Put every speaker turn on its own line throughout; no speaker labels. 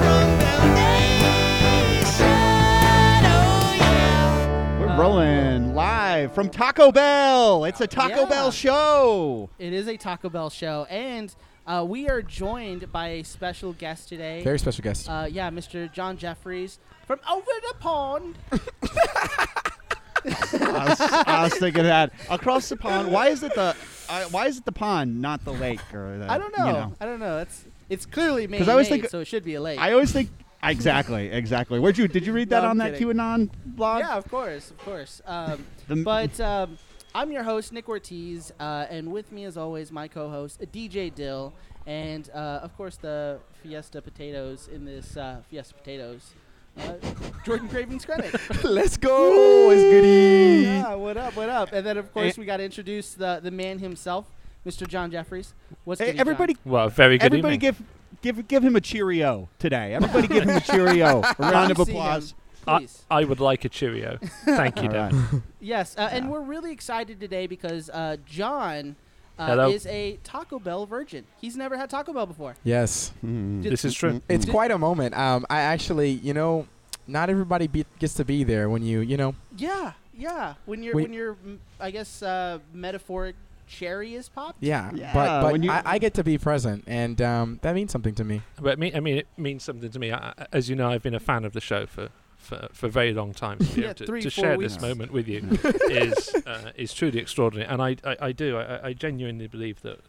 Um,
from Taco Bell. It's a Taco
Yeah.
Bell show.
It is a Taco Bell show, and uh, we are joined by a special guest today.
Very special guest.
Uh, yeah, Mr. John Jeffries from over the pond.
I was, I was thinking that across the pond. Why is it the I why is it the pond, not the lake? Or the,
I don't know.
Uh, you know.
I don't know. It's it's clearly made,
'Cause I always think-
so it should be a lake.
I always think exactly, exactly. Where'd you did you read that
No, I'm
on that
kidding.
QAnon blog?
yeah, of course, of course. Um,
The m-
but um, I'm your host, Nick Ortiz, uh, and with me, as always, my co-host, DJ Dill, and uh, of course the Fiesta Potatoes in this uh, Fiesta Potatoes, uh, Jordan Craven's credit.
Let's go. It's goody.
yeah, what up, what up? And then of course
Eh.
we got to introduce the the man himself, Mr. John Jeffries. What's
Hey,
good, John?
everybody,
Well, very good
everybody,
evening.
give give give him a cheerio today. Everybody, give him a cheerio. A round of
Come see him,
applause.
Please.
I would like a Cheerio. Thank you,
All
Dan.
right.
Yes, uh, and we're really excited today because uh, John uh,
Hello.
is a Taco Bell virgin. He's never had Taco Bell before.
Yes.
Mm.
This is true.
It's
Did-
quite a moment. Um, I actually, you know, not everybody be- gets to be there when you, you know.
Yeah, yeah. When you're
We-
when you're, mm, I guess, uh, metaphoric cherry is popped.
Yeah.
Yeah,
but but
when you-
I, I get to be present, and um, that means something to me.
But me, I mean, it means something to me. I, I- as you know, I've been a fan of the show for for, for a very long time. To, be
Yeah,
able to,
three,
to
four
share
weeks.
this moment with you is uh, is truly extraordinary, and I I, I do I, I- I genuinely believe that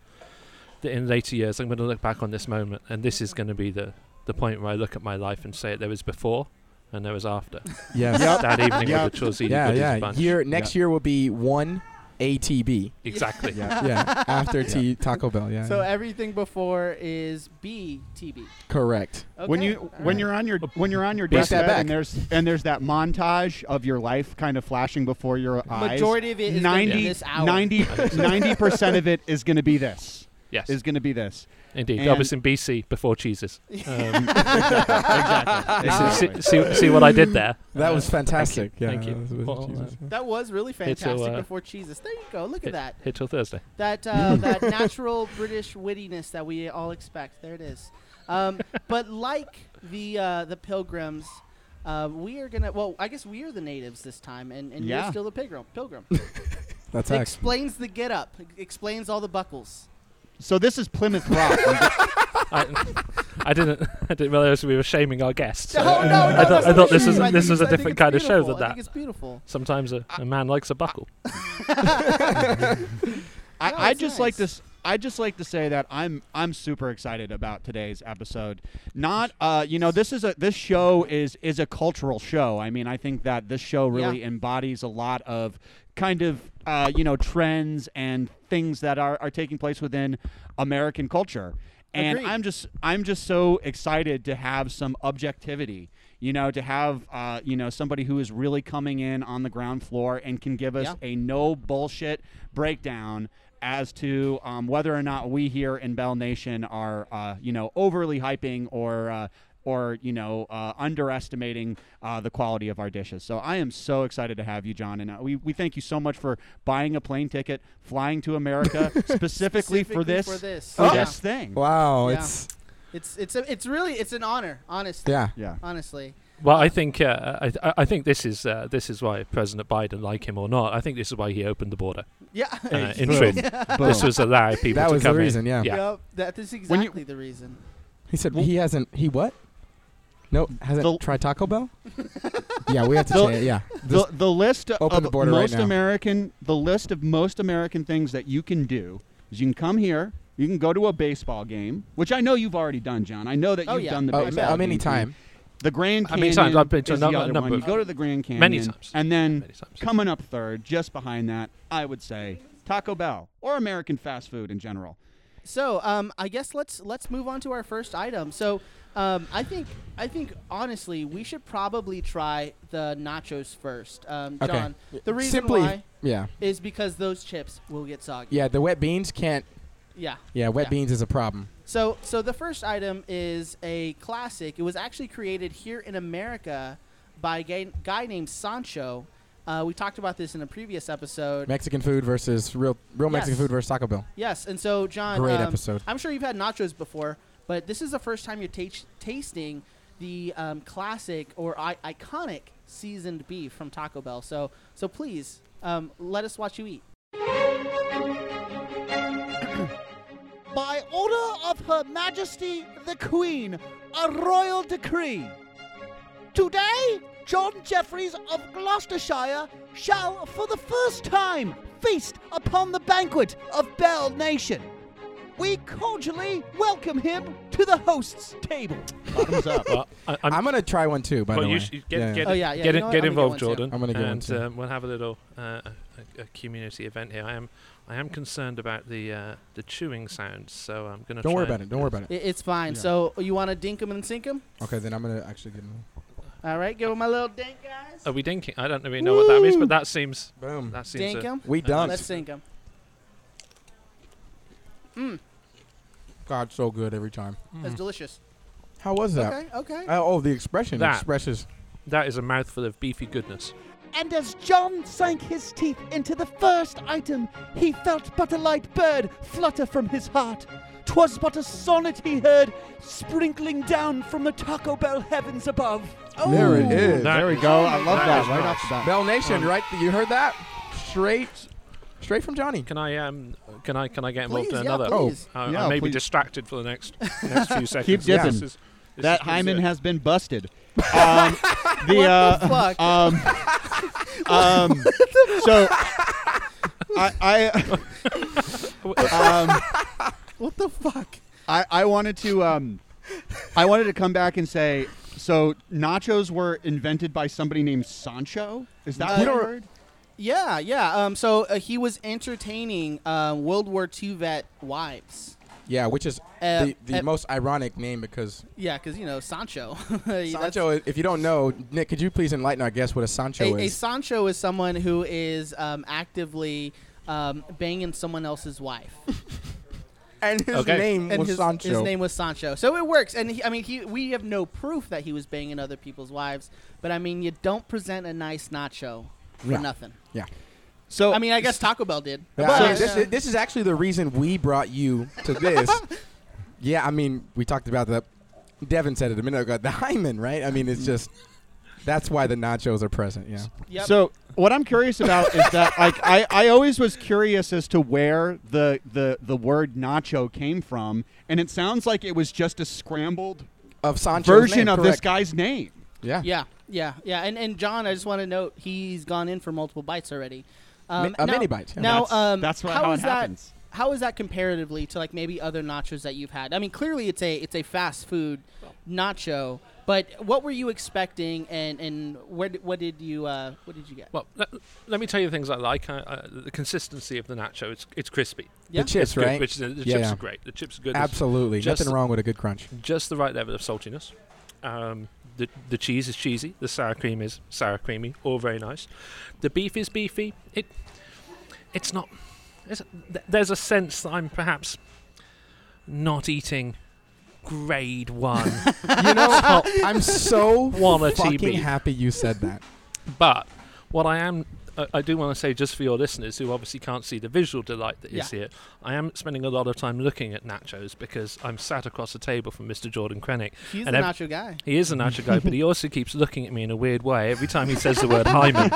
that in later years I'm going to look back on this moment, and this is going to be the the point where I look at my life and say there was before and there was after.
Yes.
Yep.
That evening
Yep.
with the Chorzetti
Yeah.
goodies
Yeah.
bunch.
Year next year will be one ATB.
exactly.
Yeah.
yeah. After T Taco Bell. Yeah.
So uh,
yeah.
everything before is BTB.
correct.
Okay.
When you
all
when
right.
you're on your when you're on your
Take
deathbed
that back.
and there's and there's that montage of your life kind of flashing before your eyes.
majority of it is gonna
90
be this hour.
90 percent of it is going to be this.
Yes.
Is going to be this.
Indeed,
And-
I was in BC before cheeses. Um,
exactly.
see, see-
Ah.
see, see what I did there.
That
Uh,
was fantastic.
you,
Yeah,
thank you.
that was- was-
Well, uh,
Jesus.
That was really
It's a,
fantastic
uh,
before Jesus. There you go. Look at that.
Hit till Thursday.
That uh, that natural British wittiness that we all expect. There it is. Um, but like the uh, the pilgrims, uh, we are gonna. Well, I guess we are the natives this time, and, and
Yeah.
you're still the pilgrim. Pilgrim
That's excellent.
explains the get up. Explains all the buckles.
So this is Plymouth Rock.
I, I didn't. I didn't realize we were shaming our guests.
Oh, no, no,
uh, I thought-
that's
I
not
thought
what
this
it
was-
I
this
think
was
it's- I think
a different
it's
kind of show
beautiful.
than
I think
that.
it's beautiful.
Sometimes a, a man likes a buckle.
I,
No,
I
it's
just like
nice.
this. I just like to say that I'm I'm super excited about today's episode. Not uh, you know, this is a this show is is a cultural show. I mean, I think that this show really
Yeah.
embodies a lot of kind of uh, you know trends and things that are are taking place within American culture. And
Agreed.
I'm just I'm just so excited to have some objectivity. You know, to have uh, you know somebody who is really coming in on the ground floor and can give us
Yeah.
a no bullshit breakdown as to um, whether or not we here in Bell Nation are, uh, you know, overly hyping or. Uh, or you know, uh, underestimating uh, the quality of our dishes. So I am so excited to have you, John, and uh, we, we thank you so much for buying a plane ticket, flying to America specifically, for
Specifically
this
for this.
for
Oh.
this thing.
Wow.
Yeah.
It's
It's it's a, it's really it's an honor. Honestly.
yeah.
Yeah,
Honestly.
Well, I think uh, I, I- I think this is uh, this is why President Biden, like him or not, I think this is why he opened the border.
Yeah.
Uh, in
Boom.
truth, this was allowing people
That
to
was the
come in.
reason, yeah.
yeah.
Yep, that is
When you-
exactly the reason.
He said
Well-
he hasn't. He what? No, hasn't
The-
tried Taco Bell. yeah, we have to
The-
say it. Yeah,
the,
Just-
the list
open
of
the border right
most
now.
American the list of most American things that you can do is you can come here, you can go to a baseball game, which I know you've already done, John. I know that
Oh,
you've
yeah.
done the
oh,
baseball
ma- many
game
time.
thing. The Grand
How
Canyon
many times? I've been to
is
a
the
nu-
other
number
one. You
of-
go to the Grand Canyon
Many times.
and then
Many times.
coming up third, just behind that, I would say Taco Bell or American fast food in general.
So, um, I guess let's let's move on to our first item. So, um, I think I think honestly, we should probably try the nachos first, um,
Okay.
John. The reason
Simply,
why
yeah,
is because those chips will get soggy.
yeah. The wet beans can't.
Yeah.
Yeah, wet
Yeah.
beans is a problem.
So, so the first item is a classic. It was actually created here in America by a guy, guy named Sancho. Uh, we talked about this in a previous episode.
Mexican food versus real, real Mexican
Yes.
food versus Taco Bell.
Yes, and so John,
Great
um,
episode.
I'm sure you've had nachos before, but this is the first time you're ta- tasting the um, classic or I- iconic seasoned beef from Taco Bell. So, so please Um, let us watch you eat.
By order of Her Majesty the Queen, a royal decree.
Today, John Jeffreys of Gloucestershire shall, for the first time, feast upon the banquet of Bell Nation. We cordially welcome him to the host's table.
Bottoms up.
Well, I, I'm,
I'm gonna try one too. By
well,
the way,
you should get, get,
Oh, yeah, yeah, you know what?
get, in- get
I'm gonna get
involved,
one too.
Jordan.
I'm gonna get one
and
too.
um, we'll have a little uh, a, a community event here. I am I am concerned about the uh, the chewing sounds, so I'm gonna.
don't
try
worry
and-
about it. Don't worry about it.
I- it's fine.
Yeah.
So you want to dink 'em and sink 'em?
Okay, then I'm gonna actually get one.
All right, give 'em a little dink, guys.
Are we dinking? I don't really know what that means, but that seems
Boom.
that seems.
Dink 'em.
We done.
Let's sink 'em.
God, so good every time.
a-
That's
mm,
delicious.
How was that?
Okay, okay.
Uh, oh, the expression.
That.
Expresses.
that is a mouthful of beefy goodness.
And as John sank his teeth into the first item, he felt but a light bird flutter from his heart. 'Twas but a sonnet he heard, sprinkling down from the Taco Bell heavens above.
There it is.
That- Um,
there we go. I love
that
that,
is
right
nice.
off the bat.
Bell Nation, right? You heard that? Straight, straight from Johnny.
Can I um can I can I get involved
Please,
in
yeah,
another? Uh,
please.
I,
Yeah,
I may be
please.
distracted for the next next few seconds.
dipping.
This is- this
That
is-
hymen
uh,
has been busted. Um, the, uh,
Oh.
fuck?
Um, um, so I,
uh,
I um,
What the fuck?
I, I wanted to um, I wanted to come back and say so nachos were invented by somebody named Sancho. Is that
Uh,
what
you
I
don't-
heard?
Yeah, yeah. Um, so uh, he was entertaining uh, World War II vet wives.
Yeah, which is
Uh,
the, the
uh,
most ironic name because
Yeah, because you know Sancho. That's-
Sancho. If you don't know, Nick, could you please enlighten our guests what a Sancho
A, a
is?
Sancho is someone who is um, actively um, banging someone else's wife,
and his
Okay.
name
and
was
his,
Sancho.
his name was Sancho. So it works, and he, I mean, he, we have no proof that he was banging other people's wives, but I mean, you don't present a nice nacho for
Yeah.
nothing.
yeah.
So
I mean, I guess Taco Bell did.
Yeah,
But- uh,
I mean, this, this is actually the reason we brought you to this. yeah, I mean, we talked about that. Devin said it a minute ago. The hymen, right? I mean, it's just that's why the nachos are present. Yeah.
Yep.
So what I'm curious about is that like I, I always was curious as to where the, the the word nacho came from, and it sounds like it was just a scrambled
Of Sancho's
version
name,
of this
correct.
guy's name.
Yeah.
Yeah, yeah, yeah. And and John, I just want to note he's gone in for multiple bites already. Um,
Mi- uh, many bites, yeah.
Now,
That's-
um,
that's what- how it
is that-
happens.
How is that comparatively to like maybe other nachos that you've had? I mean, clearly it's a it's a fast food nacho. But what were you expecting, and and where did, what did you uh, what did you get?
Well, let, let me tell you the things I like. I, uh, the consistency of the nacho. It's it's crispy.
Yeah.
The chips,
It's good,
right?
Which is, the
Yeah,
chips
yeah.
are great. The chips are good. There's
Absolutely.
Just-
Nothing wrong with a good crunch.
just the right level of saltiness. Um, the the cheese is cheesy. The sour cream is sour creamy. All very nice. The beef is beefy. It it's not. It's, th- there's a sense that I'm perhaps not eating grade one,
You know, I'm so
Quality
fucking
beef.
happy you said that.
but what I am. I- I do want to say, just for your listeners who obviously can't see the visual delight that is
Yeah.
here, I am spending a lot of time looking at nachos because I'm sat across the table from Mr. Jordan Krennick,
He's
And
the
I've-
nacho guy.
He is a nacho guy, but he also keeps looking at me in a weird way every time he says the word hymen,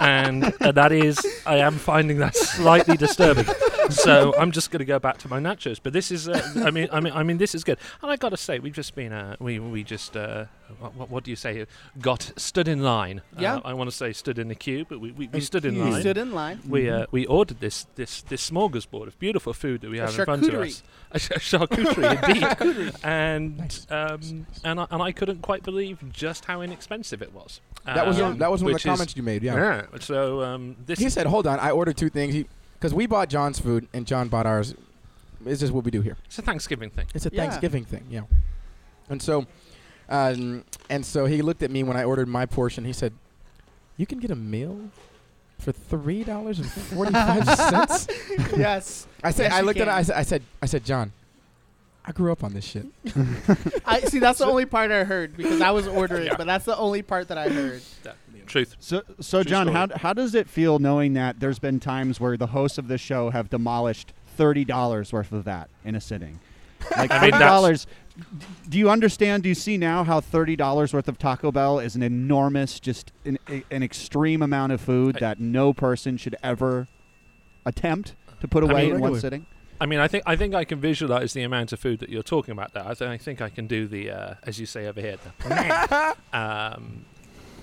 and uh, that is, I am finding that slightly disturbing. So I'm just going to go back to my nachos. But this is, uh, I mean, I mean, I mean, this is good. And I got to say, we've just been, uh, we we just, uh, what, what do you say? here? Got stood in line.
Yeah.
Uh, I want to say stood in the queue, but we, we, we stood in
queue.
He
line.
stood in line.
we
Mm-hmm.
uh, we ordered this this this smorgasbord of beautiful food that we
A
have in front of
charcuterie.
us, a ch- charcuterie indeed, and
Nice.
um, and I, and I couldn't quite believe just how inexpensive it was.
That was
Um,
one, that was one of
which
the
is-
comments you made.
Yeah.
Yeah.
So um, this
He said, "Hold on, I ordered two things." Because we bought John's food and John bought ours. This is what we do here.
it's a Thanksgiving thing.
It's a
Yeah.
Thanksgiving thing, yeah. And so, um, and so he looked at me when I ordered my portion. He said, "You can get a meal for three dollars and forty-five cents."
yes.
I said,
Yes,
I
you
looked at, it, I
can.
said, I said, I said, John, I grew up on this shit.
I see. That's the only part I heard because I was ordering,
Yeah.
but that's the only part that I heard.
Truth.
So, so
True
John,
story.
how, how does it feel knowing that there's been times where the hosts of this show have demolished thirty dollars worth of that in a sitting? Like
I mean,
thirty dollars do you understand? Do you see now how thirty dollars worth of Taco Bell is an enormous, just an, an extreme amount of food
I-
that no person should ever attempt to put away
mean,
in one
regular.
sitting?
I mean, I think I think I can visualize the amount of food that you're talking about there. I, th- I think I can do the, uh, as you say over here. The um,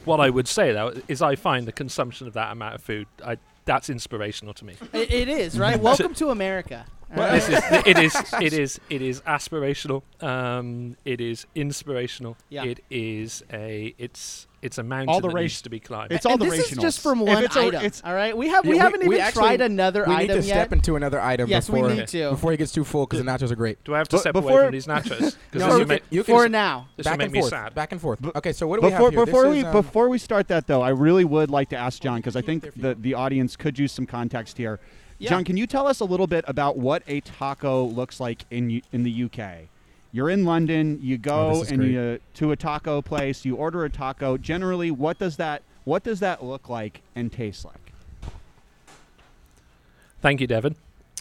what I would say though is, I find the consumption of that amount of food I, that's inspirational to me.
It, it is right. Welcome to America.
Well,
Alright?
this is, it is it is it is aspirational. Um, it is inspirational.
Yeah.
It is a it's it's a mountain
the
that
race-
needs to be climbed.
It's
And
all the
this is just
rationals.
from
If
one
it's a-
item.
it's-
all right, we have we
Yeah, we-
haven't
we
even
actually-
tried another
we need
item
to
yet.
step into another item
Yes, we
before
need to.
before he gets too full because the nachos are great.
do I have to
But
step away
before-
from these nachos? Because
No,
this,
you
will make,
can- you can
for
s-
now.
this will
Back
make
and
me
forth.
sad.
Back and forth.
B-
Okay, so what do
Before
we have here? This
before we
is, um,
before we start that though, I really would like to ask John because I
there
think
for you.
the the audience could use some context here.
Yeah.
John, can you tell us a little bit about what a taco looks like in U- in the UK? You're in London, you
Oh, this
go
is
and
great.
you to a taco place, you order a taco. Generally, what does that what does that look like and taste like?
Thank you, Devon.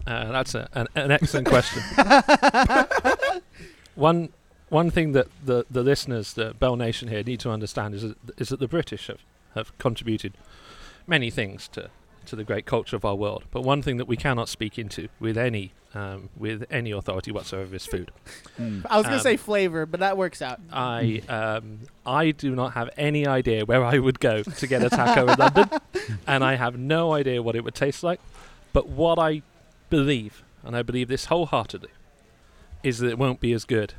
Uh, that's a, an, an excellent question. one one thing that the, the listeners, the Bell Nation here, need to understand is that, is that the British have, have contributed many things to, to the great culture of our world. But one thing that we cannot speak into with any um, with any authority whatsoever is food.
Hmm.
I was gonna
Um,
say flavor, but that works out.
I um, I do not have any idea where I would go to get a taco in London, and I have no idea what it would taste like. But what I believe, and I believe this wholeheartedly, is that it won't be as good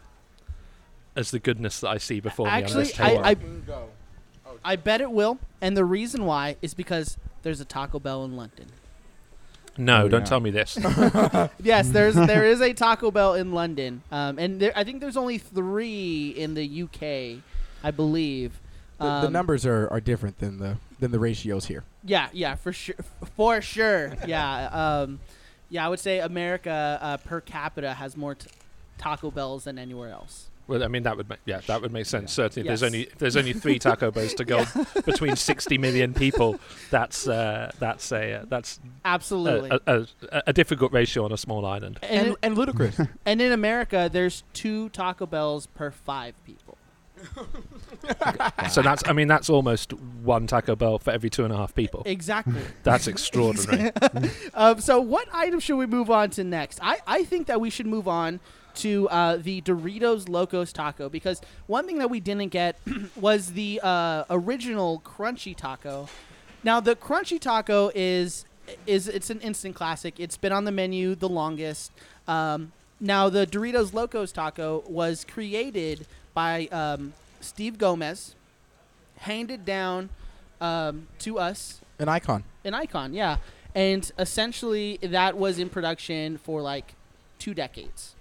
as the goodness that I see before me on
Actually,
this table.
I, I I bet it will, and the reason why is because there's a Taco Bell in London.
no,
Oh,
don't
yeah.
tell me this.
Yes, there's there is a Taco Bell in London, um, and there, I think there's only three in the UK, I believe.
the, the
Um,
numbers are, are different than the than the ratios here.
Yeah, yeah, for sure, for sure. yeah, um, yeah. I would say America uh, per capita has more t- Taco Bells than anywhere else.
well, I mean that would make, yeah that would make sense. Certainly,
Yes.
there's only if there's only three taco bells to go between 60 million people. That's uh, that's a uh, that's
Absolutely.
a, a, a, a difficult ratio on a small island.
and, and,
and ludicrous.
in America, there's two Taco Bells per five people.
So that's, I mean, that's almost one Taco Bell for every two and a half people.
Exactly.
That's extraordinary.
um, so, what item should we move on to next? I, I think that we should move on to uh, the Doritos Locos Taco because one thing that we didn't get was the uh, original Crunchy Taco. Now, the Crunchy Taco is is it's an instant classic. It's been on the menu the longest. Um, now, the Doritos Locos Taco was created by um, Steve Gomez, handed down um, to us
An icon.
an icon, yeah. And essentially, that was in production for like two decades,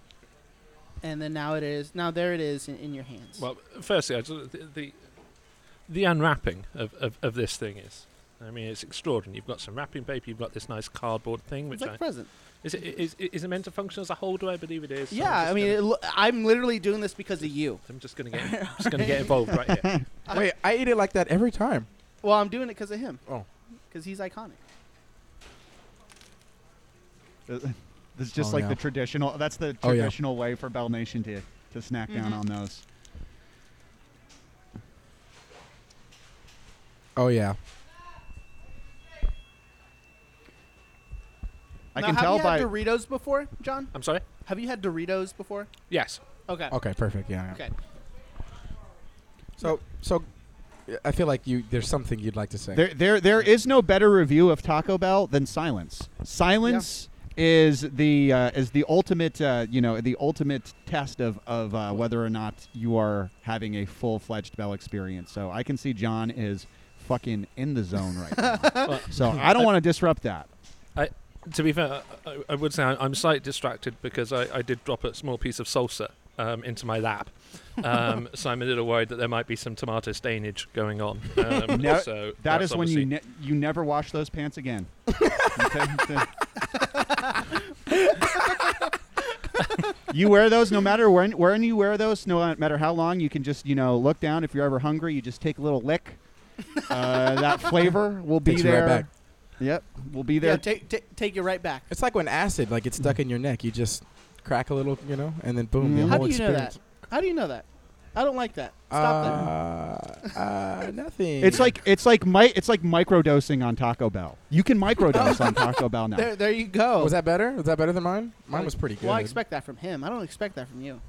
and then now it is. Now there it is in, in your hands.
well, firstly, I just, the, the the unwrapping of, of, of this thing is, I mean, it's extraordinary. You've got some wrapping paper. You've got this nice cardboard thing, which
it's like
I,
present.
is, it, is is it meant to function as a holder? I believe it is. So I'm
Yeah,
just
I mean,
gonna-
it, lo- I'm literally doing this because of you.
I'm just gonna get just gonna get involved right here.
Wait, I eat it like that every time.
Well, I'm doing it because of him.
Oh.
because he's iconic.
It's Uh, just
Oh,
like
yeah.
the traditional. That's the
Oh, yeah.
traditional way for Bell Nation to to snack
Mm-hmm.
down on those.
Oh yeah.
I
Now,
can
have
tell
you had
by
Doritos before, John.
I'm sorry.
Have you had Doritos before?
Yes.
Okay.
Okay, perfect. Yeah. yeah.
Okay.
So so uh, I feel like you there's something you'd like to say.
There, there, there is no better review of Taco Bell than silence. Silence is the uh, is the ultimate, uh, you know, the ultimate test of of uh, whether or not you are having a full fledged Bell experience. So I can see John is fucking in the zone right now.
Uh,
Well-
so I don't want to disrupt that.
I, to be fair, I- I, I would say I- I'm slightly distracted because I, I did drop a small piece of salsa um, into my lap. Um, so I'm a little worried that there might be some tomato stainage going on. Um,
No,
so
That
that's
is when you
obviously-
ne- you never wash those pants again. you wear those no matter when when you wear those, no matter how long. You can just you know look down if you're ever hungry. You just take a little lick. Uh, that flavor will be
Takes you
there.
right back.
Yep, will be
Yeah,
there.
take take take you right back.
It's
Mm-hmm.
like when acid, like it's stuck in your neck. You just crack a little, you know, and then boom.
Mhm.
The
How
Mm-hmm. How
whole
do you know
experience.
that? How do you know that? I don't like that. Stop that.
Uh, uh, nothing.
It's like it's like mi- it's like microdosing on Taco Bell. You can microdose on Taco Bell now.
There, there you go.
oh.
Was that better? Was that better than mine? Mine was pretty good.
Well, I expect that from him. I don't expect that from you.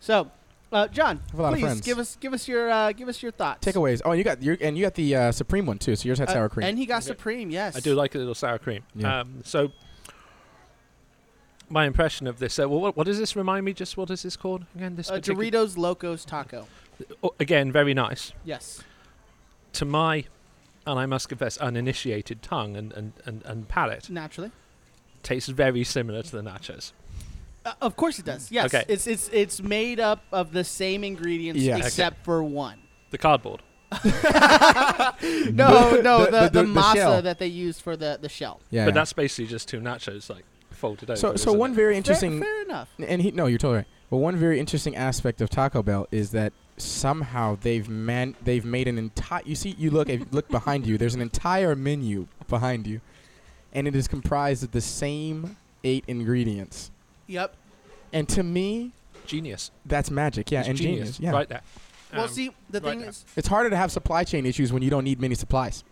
So, uh, John,
have a lot of
please
friends.
give us give us your uh, give us your thoughts.
takeaways. Oh, and you got your and you got the uh, supreme one too. So yours had
Uh,
sour cream.
And he got
Okay.
supreme. Yes,
I do like a little sour cream.
Yeah.
Um, so my impression of this. Uh, well, what, what does this remind me? Just what is this called again? This
uh,
particu-
Doritos Locos Taco.
Oh, again, very nice
Yes,
to my, and I must confess, uninitiated tongue and and, and, and palate
naturally.
tastes very similar to the nachos.
Uh, of course it does. Yes,
Okay.
it's it's it's made up of the same ingredients
Yeah. Okay.
except for one.
The cardboard.
No, no, the,
the-
the,
the- the
masa
shell.
that they used for the the shell.
yeah.
But
yeah.
that's basically just two nachos like folded over.
so so
isn't
one
it?
very
Fair-
interesting.
Fair, enough.
And he no, you're totally right. But one very interesting aspect of Taco Bell is that somehow they've man they've made an entire. You see, you look if you look behind you. There's an entire menu behind you, and it is comprised of the same eight ingredients.
Yep.
And to me,
genius.
that's magic. Yeah,
It's
and
genius.
genius. Yeah,
Right there.
Well,
Um,
see, the
right
thing
now.
is,
it's harder to have supply chain issues when you don't need many supplies.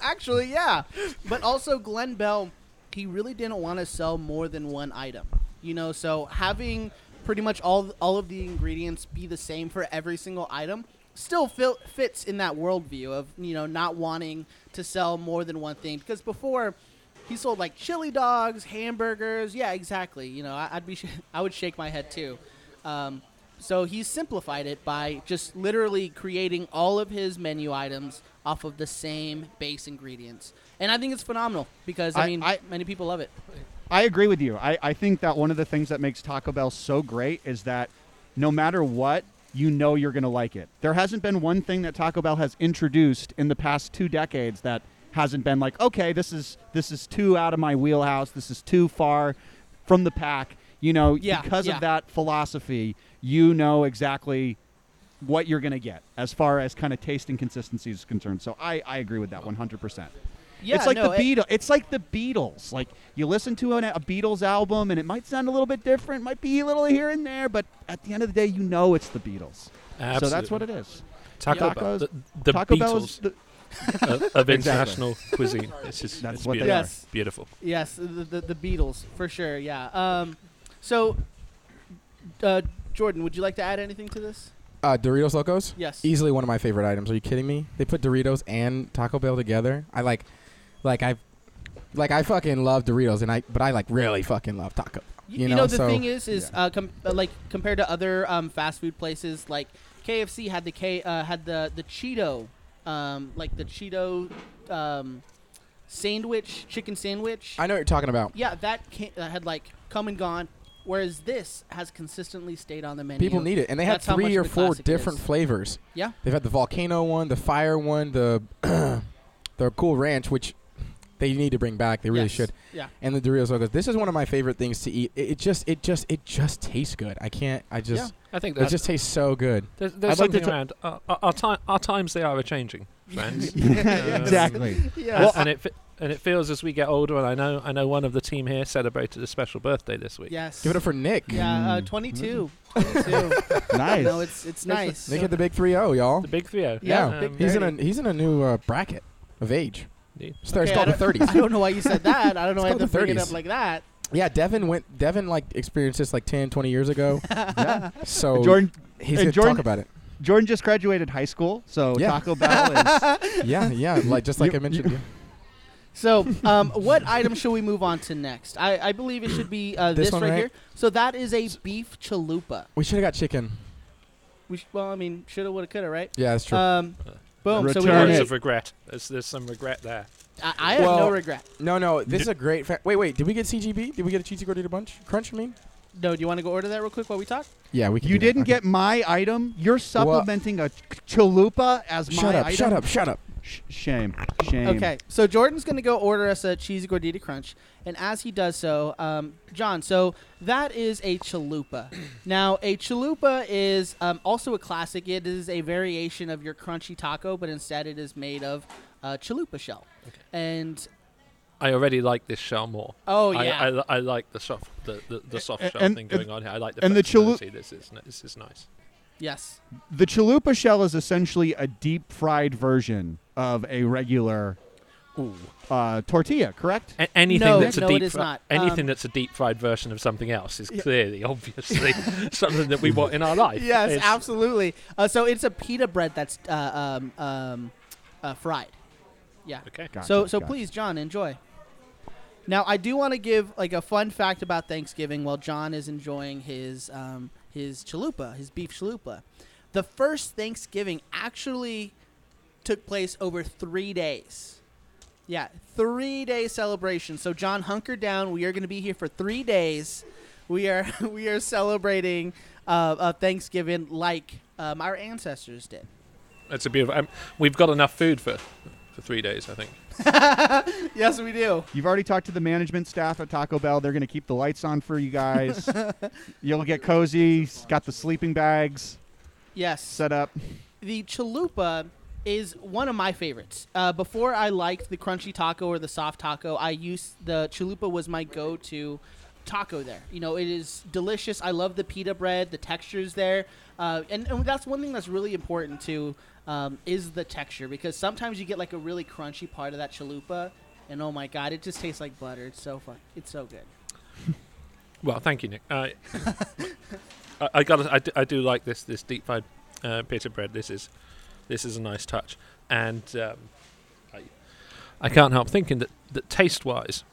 actually, yeah. But also, Glenn Bell, he really didn't want to sell more than one item. You know, so having pretty much all all of the ingredients be the same for every single item still fil- fits in that worldview of you know not wanting to sell more than one thing because before he sold like chili dogs, hamburgers. Yeah, exactly. You know, I, I'd be sh- I would shake my head too. Um, so he simplified it by just literally creating all of his menu items off of the same base ingredients. And I think it's phenomenal because I,
I-
mean,
I-
many people love it.
I agree with you. I, I think that one of the things that makes Taco Bell so great is that no matter what, you know you're going to like it. There hasn't been one thing that Taco Bell has introduced in the past two decades that hasn't been like, okay, this is this is too out of my wheelhouse. This is too far from the pack. You know,
Yeah,
because
yeah.
of that philosophy, you know exactly what you're going to get as far as kind of taste and consistency is concerned. So I, I agree with that 100%
Yeah,
it's like
no,
the
it-
Beatles. It's like the Beatles. Like you listen to an, a Beatles album, and it might sound a little bit different, might be a little here and there, but at the end of the day, you know it's the Beatles. So that's what it is.
Taco Bell.
Tacos-
The, the
Taco
Beatles
Bell is the,
of, of international cuisine. It's just
That's
it's
what they
beautiful.
are.
Yes.
Beautiful.
Yes, the, the, the Beatles for sure. Yeah. Um, so, uh, Jordan, would you like to add anything to this?
Uh, Doritos Locos.
Yes.
easily one of my favorite items. Are you kidding me? They put Doritos and Taco Bell together. I like, like I, like I fucking love Doritos, and I but I like really fucking love Taco.
Y-
You
you
know,
know, the
so-
thing is, is uh, com- uh, like compared to other um, fast food places, like KFC had the K uh, had the the Cheeto, um, like the Cheeto um, sandwich, chicken sandwich.
I know what you're talking about.
yeah, that ca uh, had like come and gone. Whereas this has consistently stayed on the menu.
People need it, and they had
That's how much
three
of
or
a
four
classic it
different
is.
flavors.
Yeah.
They've had the volcano one, the fire one, the the cool ranch, which they need to bring back. They really
Yes.
should.
Yeah.
And the Doritos Locos. This is one of my favorite things to eat. It, it just, it just, it just tastes good. I can't. I just,
I think
it
that's
just tastes so good.
there's, there's
I'd like to
something around. Our, our, our, ti- our times they are a changing, friends.
exactly.
Yeah.
And,
uh,
and it fe- and it feels as we get older. And I know I know one of the team here celebrated a special birthday this week.
yes.
Give it up for Nick.
yeah, uh,
Mm.
22. 22.
nice.
no, it's it's nice.
Nick had the big three zero, y'all.
The big Um, three zero.
Yeah,
Yeah, big
he's in
thirty.
a he's in a new uh, bracket of age.
Yeah.
It's, th- it's
Okay,
called
I
the thirties.
I don't know why you said that. I don't know why I had
It's
to
called the
bring it
30s.
up like that.
Yeah, Devin went. Devin like experienced this like 10, 20 years ago. So
Jordan
he's
and
gonna
Jordan-
talk about it.
Jordan just graduated high school, so
Yeah.
Taco Bell is
Yeah, yeah. Like just like
You-
I mentioned. yeah.
So, um, what item should we move on to next? I, I believe it should be uh,
This
this,
one,
right,
right?
here. So that is a beef chalupa.
We should have got chicken.
We sh- well, I mean, shoulda, woulda, coulda, right?
Yeah, that's
Uh,
true.
Um, boom. So we
Return
Words
it.
have,
of regret. There's, there's some regret there.
I, I have no
Well-
regret.
no, no. This is a great. Fa- wait, wait. Did we get CGB? Did we get a cheesy gordita bunch? Crunch, you mean?
No, do you want to go order that real quick while we talk?
Yeah, we. Can
you
do that.
didn't
Okay.
get my item. You're supplementing a chalupa as my
uh, Shut up!
item.
Shut up! Shut up!
Sh- shame. Shame.
Okay. So Jordan's gonna go order us a cheesy gordita crunch, and as he does so, um, John. So that is a chalupa. now, a chalupa is um, also a classic. It is a variation of your crunchy taco, but instead it is made of uh, chalupa shell. And
I already like this shell more.
Oh
I-
yeah.
I, li- I, like the soft the, the, the soft shell
and-
thing going on here. I like the
and the chalu-
flexibility. this is n- this is nice.
yes.
The chalupa shell is essentially a deep fried version of a regular
Ooh.
uh, tortilla, correct?
A- anything
No,
that's a
no,
deep
it is
fri-
not.
anything
Um,
that's a deep fried version of something else is clearly, obviously, something that we want in our life.
Yes,
It's-
absolutely. Uh, so it's a pita bread that's uh, um, um, uh, fried. Yeah.
Okay.
Gotcha,
so so
gotcha.
please, John, enjoy. Now I do want to give like a fun fact about Thanksgiving while John is enjoying his um, his chalupa, his beef chalupa. The first Thanksgiving actually took place over three days. Yeah, three day celebration. So John, hunker down. We are going to be here for three days. We are we are celebrating uh, uh, Thanksgiving like um, our ancestors did.
That's a beautiful. Um, we've got enough food for for three days, I think.
Yes, we do.
You've already talked to the management staff at Taco Bell. They're going to keep the lights on for you guys. You'll get cozy. s- Got the sleeping bags
Yes.
set up.
the chalupa is one of my favorites. Uh, before I liked the crunchy taco or the soft taco, I used the chalupa was my go-to taco there. You know, it is delicious. I love the pita bread, the textures there, uh, and, and that's one thing that's really important too um, is the texture because sometimes you get like a really crunchy part of that chalupa, and oh my god, it just tastes like butter. It's so fun. It's so good.
Well, thank you, Nick. I I, I got. I, do- I do like this this deep fried uh, pita bread. This is this is a nice touch, and um, I I can't help thinking that that taste wise.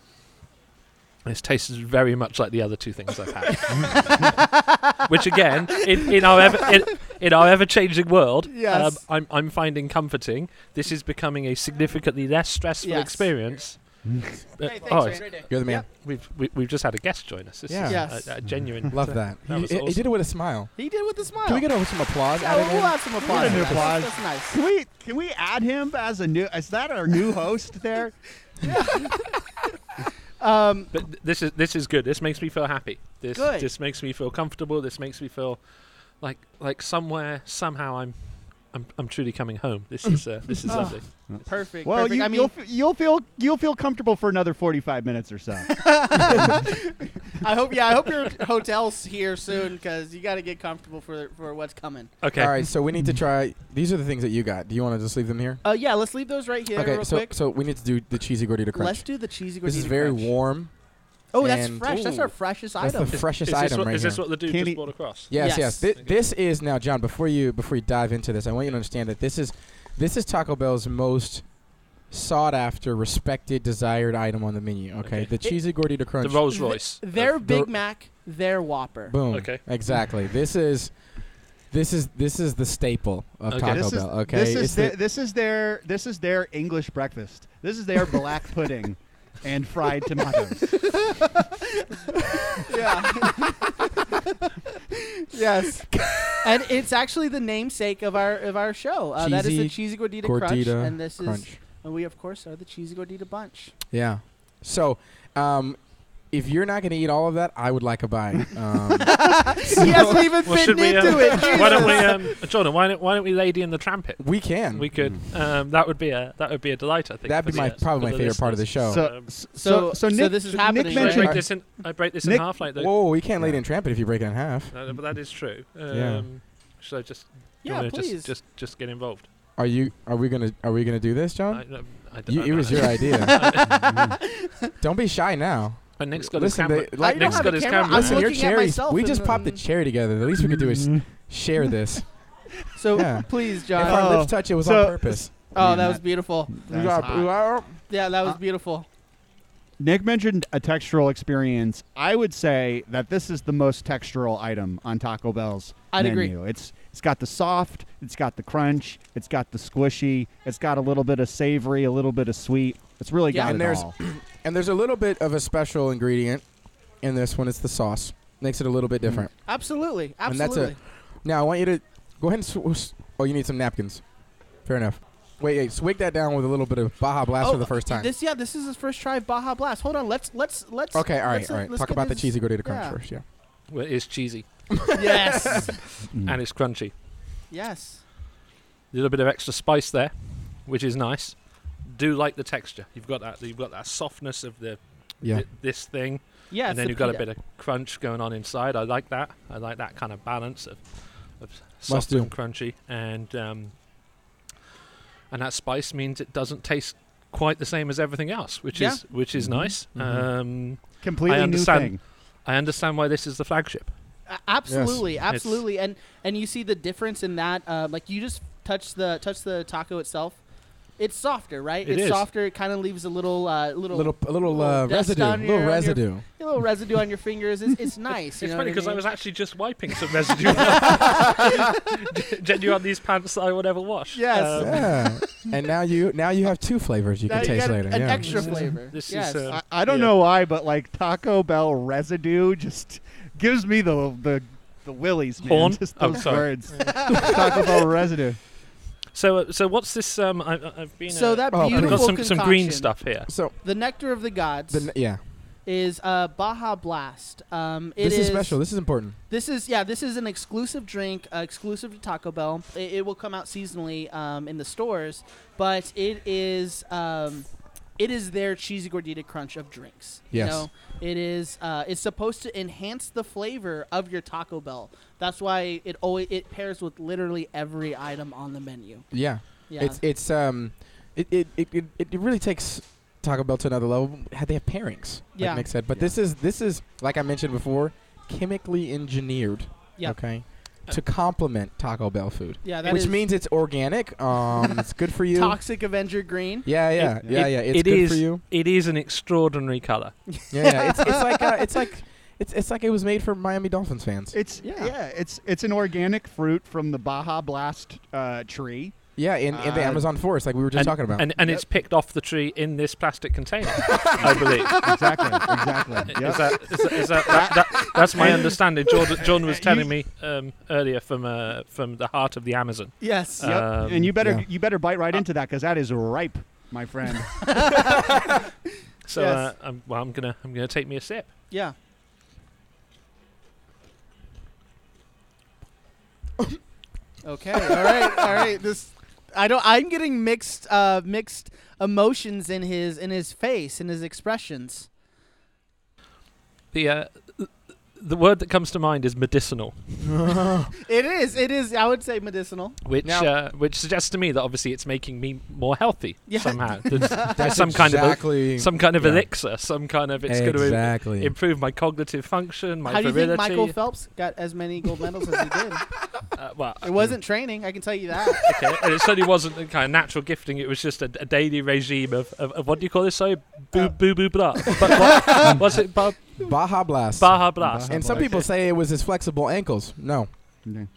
This tastes very much like the other two things I've had, which again, in, in our ever in, in our ever-changing world, um,
Yes.
I'm I'm finding comforting. This is becoming a significantly less stressful
Yes.
experience. Uh,
Hey,
oh,
thanks,
it's-
Ray.
You're the man.
We've we, we've just had a guest join us. This
Yeah.
is
Yes.
a, a genuine.
Love that.
That
he,
was
he- he
awesome.
did it with a smile.
He did with a
Oh.
smile.
Can we get a, some applause
Yeah,
out
we'll
of him?
have some applause.
an
for that.
applause.
That's nice.
Can we can we add him as a new? Is that our new host there?
Um,
But th- this is this is good. This makes me feel happy. This
Good.
this makes me feel comfortable. This makes me feel like like somewhere somehow I'm I'm, I'm truly coming home. This is uh, this is
Ah.
lovely.
perfect.
Well,
perfect.
you,
I mean,
you'll f- you'll feel you'll feel comfortable for another forty-five minutes or so.
I hope yeah. I hope your hotel's here soon because you got to get comfortable for for what's coming.
Okay.
All right, so we need to try. These are the things that you got. Do you want to just leave them here?
Uh, yeah, let's leave those right here
okay,
real
so
quick.
so we need to do the cheesy gordita crunch.
let's do the cheesy gordita.
this is very
crunch.
warm.
Oh, that's
and-
fresh. That's
Ooh.
our freshest
That's
item.
the
Is-
freshest
is this
item
what,
right
is this
here.
what the dude
Can't
just
eat-
brought across?
Yes, yes.
Yes.
Thi-
Okay.
this is now, John. Before you before you dive into this, I want you to understand that this is this is Taco Bell's most sought after, respected, desired item on the menu. Okay,
Okay.
the cheesy gordita crunch.
The Rolls Royce.
their
Uh, the-
Big Mac, their Whopper.
Boom.
Okay.
Exactly. This is this is this is the staple of
Okay.
Taco
this is
Bell. Okay.
this is
It's
their,
the-
this is their this is their English breakfast. This is their black pudding and fried tomatoes.
yeah. yes. and it's actually the namesake of our of our show. Uh, that is the cheesy gordita, crunch,
gordita
and this
crunch.
is and we of course are the cheesy gordita bunch.
Yeah. So, um, if you're not going to eat all of that, I would like a bite. Um,
he hasn't even
Well,
fit
should we,
into
um,
it.
Why don't we,
Jesus.
um, Jordan? Why don't why don't we lady in the trumpet?
we can.
We could. Um, that would be a that would be a delight. I think
That'd
for
be my-
the- uh,
probably
for
my
the
favorite part of the
listeners.
So
Um,
so
so-
so,
so
Nick,
this is
Nick
happening
should I
mentioned
break this in? I break this
Nick-
in half like the.
Whoa, we can't lay it in Trampet if you break it in half.
No, no, but that is true. Um,
Yeah.
Should I just? you
yeah,
wanna
please.
Just, just, just get involved.
Are you? Are we gonna? Are we gonna do this, John?
I, no, I don't-
you,
I
it
don't
was
know.
your idea. Don't be shy now.
But Nick's got
Listen,
his camera.
they-
I
like
don't
Nick's
have
got
a
his
camera.
camera.
I'm
listen,
looking
your
at
cherries.
myself
We
and-
just popped the
mm.
cherry together. The least we could do
Mm-hmm.
is share this. If
So uh,
Yeah.
please,
our
John.
Oh,
lips touch, it was
so-
on purpose.
Oh,
Man,
that was
that-
beautiful.
That's hot.
Yeah, that was
Uh,
beautiful.
Nick mentioned a textural experience. I would say that this is the most textural item on Taco Bell's
I'd agree.
menu. It's it's got the soft, it's got the crunch, it's got the squishy, it's got a little bit of savory, a little bit of sweet. It's really
Yeah,
got
and
it
there's-
all.
And there's a little bit of a special ingredient in this one. It's the sauce. Makes it a little bit different.
Absolutely,
And that's
Mm. absolutely.
a. Now I want you to go ahead and. Sw- sw- oh, you need some napkins. Fair enough. Wait, wait. Swig that down with a little bit of Baja Blast for the first time.
Oh, This, yeah, this is his first try. of Baja Blast. Hold on, let's let's let's.
okay, all right,
let's, uh,
all right.
let's
Talk
get
about the
his-
cheesy gordita crunch
yeah.
first. Yeah.
Well, it's cheesy
Yes,
Hmm.
Mm.
and it's crunchy.
yes.
A little bit of extra spice there, which is nice. do like the texture. You've got that. You've got that softness of the
Yeah.
thi- this thing,
Yeah,
and then you've got a bit of crunch going on inside. I like that. I like that kind of balance of, of soft
do.
and crunchy, and um, and that spice means it doesn't taste quite the same as everything else, which
Yeah.
is which is
Mm-hmm.
Mhm.
nice.
Mhm.
Um,
Completely new
understand.
thing.
I understand why this is the flagship.
A- absolutely absolutely and and you see the difference in that uh, like you just touch the touch the taco itself it's softer right
It
it's
is.
softer it kind of leaves a little uh, little,
little, a little
little
uh,
dust
residue,
on your-
little
on your-
residue.
a little residue on your fingers it's, it's nice you
it's
know
funny
what
because I
mean?
was actually just wiping some residue genuine on these pants that I would ever wash.
Yes.
Um,
yeah. and now you now you have two flavors you
Now
can
you
taste
got
later.
an
yeah.
extra
This is-
flavor
this is,
yes.
uh,
I, I don't
Yeah.
know why, but like Taco Bell residue just gives me the the the willies, man.
Horn?
Just
Oh,
those
sorry.
words. Taco Bell residue.
So, uh, so what's this? Um, I, I- I've been.
so
uh,
that
Oh,
I've
beautiful
got some, some green
concoction,
stuff here.
So
the nectar of the gods
the, yeah,
is uh, Baja Blast. Um, it
this is special. This is important.
This is yeah. This is an exclusive drink, uh, exclusive to Taco Bell. It, it will come out seasonally um, in the stores, but it is um, it is their cheesy gordita crunch of drinks.
Yes.
You know, it is. Uh, it's supposed to enhance the flavor of your Taco Bell. That's why it always it pairs with literally every item on the menu.
Yeah.
Yeah.
It's it's um, it it, it it it really takes Taco Bell to another level. Had they have pairings,
Yeah.
like Nick said. But this is this is like I mentioned before, chemically engineered.
Yeah.
Okay. To complement Taco Bell food,
yeah. That
which
is
means it's organic. Um, it's good for you.
Toxic Avenger Green.
yeah, yeah,
It-
yeah,
it-
yeah. It's
it
good for
is-
you.
It is an extraordinary color.
Yeah, yeah. It's, it's like uh, it's like it's it's like it was made for Miami Dolphins fans.
It's yeah.
Yeah.
it's it's an organic fruit from the Baja Blast uh, tree.
Yeah, in, in the
Uh,
Amazon forest, like we were just
and,
talking about.
and, and
Yep.
it's picked off the tree in this plastic container, I believe.
Exactly, exactly.
Is that, is that, is that, that, that that's my understanding? Jordan, John was telling me um, earlier from uh, from the heart of the Amazon.
Yes.
Uh, Um,
and you better
yeah.
you better bite right into that because that is ripe, my friend.
So
Yes.
uh, I'm, well, I'm gonna I'm gonna take me a sip.
yeah. okay. All right. All right. This. I don't. I'm getting mixed, uh, mixed emotions in his in his face in his expressions.
The uh, the word that comes to mind is medicinal,
It is. It is. I would say medicinal.
which
Now-
uh, which suggests to me that obviously it's making me more healthy
Yeah.
somehow. There's, there's some kind of
exactly
some kind of
Yeah.
elixir, some kind of it's going to
exactly.
improve my cognitive function, my
How do you
virility.
think Michael Phelps got as many gold medals as he did?
uh, well,
It wasn't training. I can tell you that.
okay, and it certainly wasn't a kind of natural gifting. It was just a, a daily regime of, of, of what do you call this? So boo
Uh,
boo boo blah. But what, was it ba-
Baja Blast.
Baja Blast?
Baja
and some
Blast.
people say it was his flexible ankles. No,
Okay.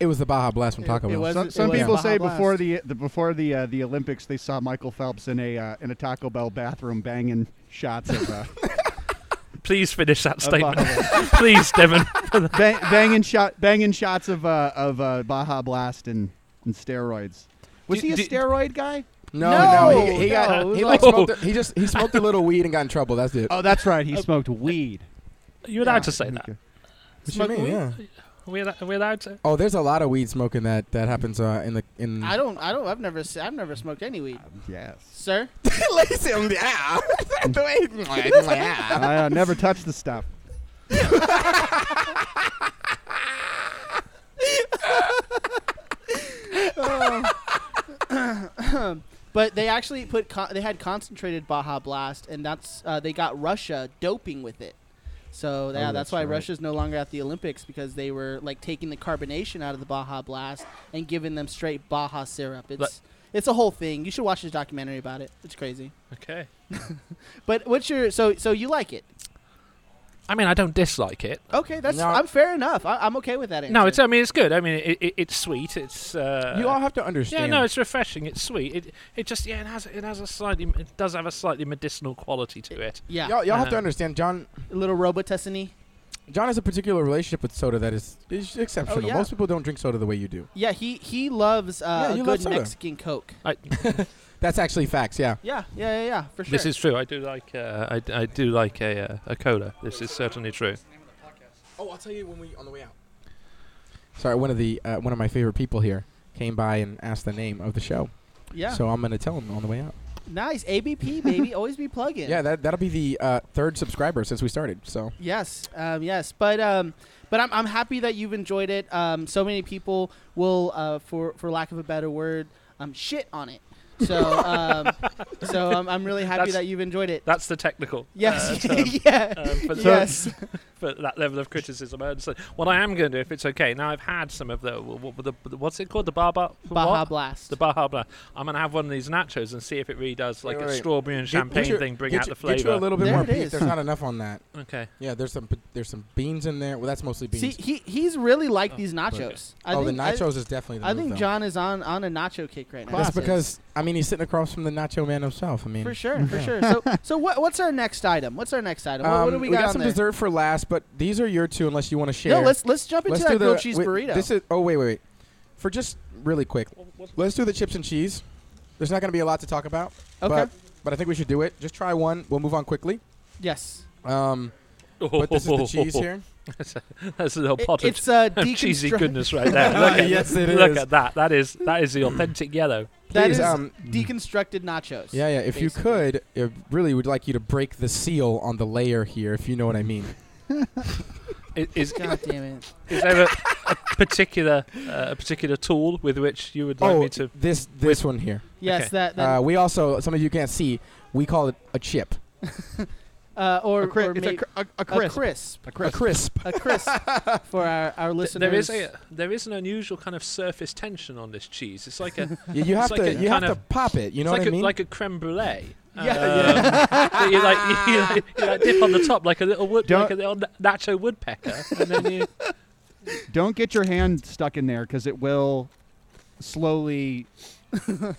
it was the Baja Blast from
It-
Taco
it
Bell.
was-
Some, some
was
people
Baja
say
Blast.
before the, the before the uh, the Olympics, they saw Michael Phelps in a uh, in a Taco Bell bathroom banging shots of, uh,
Please finish that
of Uh, Baja
statement.
Blast.
Please, Devon.
Bang, banging shot banging shots of uh, of uh, Baja Blast and, and steroids. Was
Do-
he a
do-
steroid guy?
No,
No,
no, he, he got
no,
he,
no.
like smoked a, he just he smoked a little weed and got in trouble. That's it.
Oh, that's right. He smoked weed.
You're allowed to say that.
Okay.
what you mean? Yeah.
Are we, allo- are we allowed to?
Oh, there's a lot of weed smoking that that happens uh, in the in.
I don't. I don't. I've never. se- I've never smoked any weed,
Yes.
sir.
Lazy on the app. The way-
I uh, never touched the stuff.
But they actually put con- they had concentrated Baja Blast, and that's uh, they got Russia doping with it. So yeah, Oh, that's,
that's
why
right.
Russia's no longer at the Olympics because they were like taking the carbonation out of the Baja Blast and giving them straight Baja syrup. It's it's a whole thing. You should watch this documentary about it. It's crazy.
Okay.
But what's your so so you like it?
I mean, I don't dislike it.
Okay, that's
No.
I'm fair enough. I, I'm okay with that answer.
No, it's. I mean, it's good. I mean, it, it, it's sweet. It's. Uh,
you all have to
Yeah,
understand.
no, it's refreshing. It's sweet. It. It just. Yeah, it has. It has a slightly. It does have a slightly medicinal quality to it.
yeah,
y'all, y'all have to
Uh-huh.
understand. John
a little Robitussin.
John has a particular relationship with soda that is, is exceptional.
Oh, yeah.
Most people don't drink soda the way you do.
Yeah, he he loves uh,
Yeah,
a
you love
good
soda.
Mexican Coke.
I,
That's actually facts. Yeah.
Yeah, yeah, yeah, yeah, for sure.
This is true. I do like. Uh, I, I do like a uh, a cola. This is certainly true.
Oh, I'll tell you when we on the way out. Sorry, one of the uh, one of my favorite people here came by and asked the name of the show,
Yeah.
So I'm gonna tell him on the way out.
nice. ABP, baby. Always be plugging.
Yeah, that that'll be the uh, third subscriber since we started. So
Yes, um, yes, but um, but I'm, I'm happy that you've enjoyed it. Um, so many people will, uh, for for lack of a better word, um, shit on it. So um, so I'm, I'm really happy
That's-
that you've enjoyed it.
That's the technical. uh,
Yes,
term
yeah,
um, for the-
yes.
for that level of criticism. I understand. What I am going to do, if it's okay, now I've had some of the, wh- wh- the, the what's it called, the Baja
Baja Blast.
The Baja Blast. I'm going to have one of these nachos and see if it really does like
Wait,
a
wait, wait.
strawberry and
Get-
champagne
get your-
thing, bring
get
out
your-
the flavor.
Get you a little bit
There
more
it
beef.
is.
There's not enough on that.
okay.
Yeah, there's some pot- there's some beans in there. Well, that's mostly
See,
beans.
he he's really like
Oh,
these nachos. I
oh, the
think- I-
nachos is definitely. The
I,
move,
think
though.
John is on on a nacho kick right now.
That's because I mean he's sitting across from the Nacho Man himself. I mean,
For sure, for
Yeah.
sure. So, so what, what's our next item? What's our next item? What, what do
Um,
we,
we
got,
got
on
some
there?
dessert for last, but these are your two unless you want to share.
No, let's let's jump into
Let's
that
do the
grilled cheese
wait,
burrito.
This is oh wait wait wait, for just really quick. Let's do the chips and cheese. There's not going to be a lot to talk about.
Okay.
But, but I think we should do it. Just try one. We'll move on quickly.
yes,
Um, but this is the cheese here.
Oh, That's a little
It-
pot of
it's uh,
of Oh, cheesy
deconstruct-
goodness right there. Look at,
Yes, it
look
is.
at that. That is that is the authentic yellow.
That
Please,
is
um,
deconstructed nachos.
Yeah, yeah. If you
basically.
could, I really would like you to break the seal on the layer here, if you know what I mean.
I- Is,
God damn it.
is there a, a particular uh, a particular tool with which you would like
oh,
me to?
this this one here.
Yes,
Okay.
that. that
Uh, we also, some of you can't see, we call it a chip,
uh, or
a, cri-
or
it's a,
may-
cr- a, a
a
crisp.
crisp.
A
a
crisp.
crisp.
A crisp for our, our
Th-
listeners.
There is a there is an unusual kind of surface tension on this cheese. It's like a
You, you have
like
to
a
you have
kind
to
of-
pop it. You know
it's
what
like
I
a,
mean?
like a creme brulee.
Yeah.
Um, that you like you, like, you like dip on the top like a little wood,
Don't-
like a little na- nacho woodpecker, and then you
Don't get your hand stuck in there because it will slowly uh,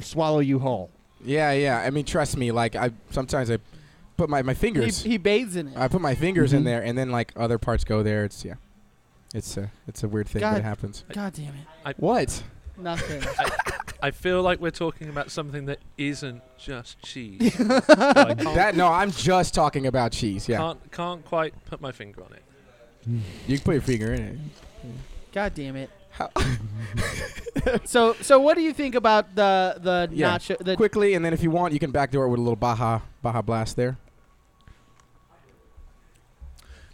swallow you whole.
yeah, yeah. I mean, trust me. Like I sometimes I put my my
he,
fingers.
he Mm-hmm. bathes in it.
I put my fingers in
Mhm.
there, and then like other parts go there. It's yeah, it's a it's a weird thing,
God.
but it happens.
God damn it.
What?
Nothing.
I feel like we're talking about something that isn't just cheese. So I can't,
That no, I'm just talking about cheese. Yeah,
can't can't quite put my finger on it.
you can put your finger in it.
God damn it.
How-
so so what do you think about the the
Yeah.
nacho the
Quickly, and then if you want, you can backdoor it with a little Baja Baja Blast there.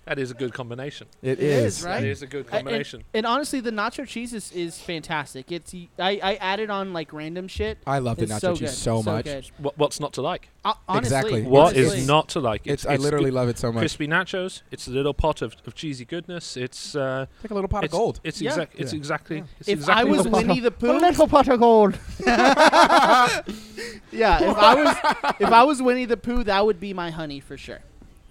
That is a good combination.
It is, right?
That is a good
I- and-
combination.
And, honestly, the nacho cheese is, is fantastic. It's I, I added on like random shit.
I love the
It's
nacho
so
cheese
good.
so, much.
good.
What, what's not to like?
Uh, honestly,
Exactly.
What is
honestly.
not to like?
It's, I literally love it so much.
crispy nachos. It's a little pot of, of cheesy goodness. It's uh,
It's like a little pot
it's,
of gold.
It's,
Yeah.
exact, it's
Yeah.
exactly. It's
If I
exactly
was
what-
Winnie the Pooh,
pot of Oh, gold.
Yeah, if I was if I was Winnie the Pooh, that would be my honey for sure,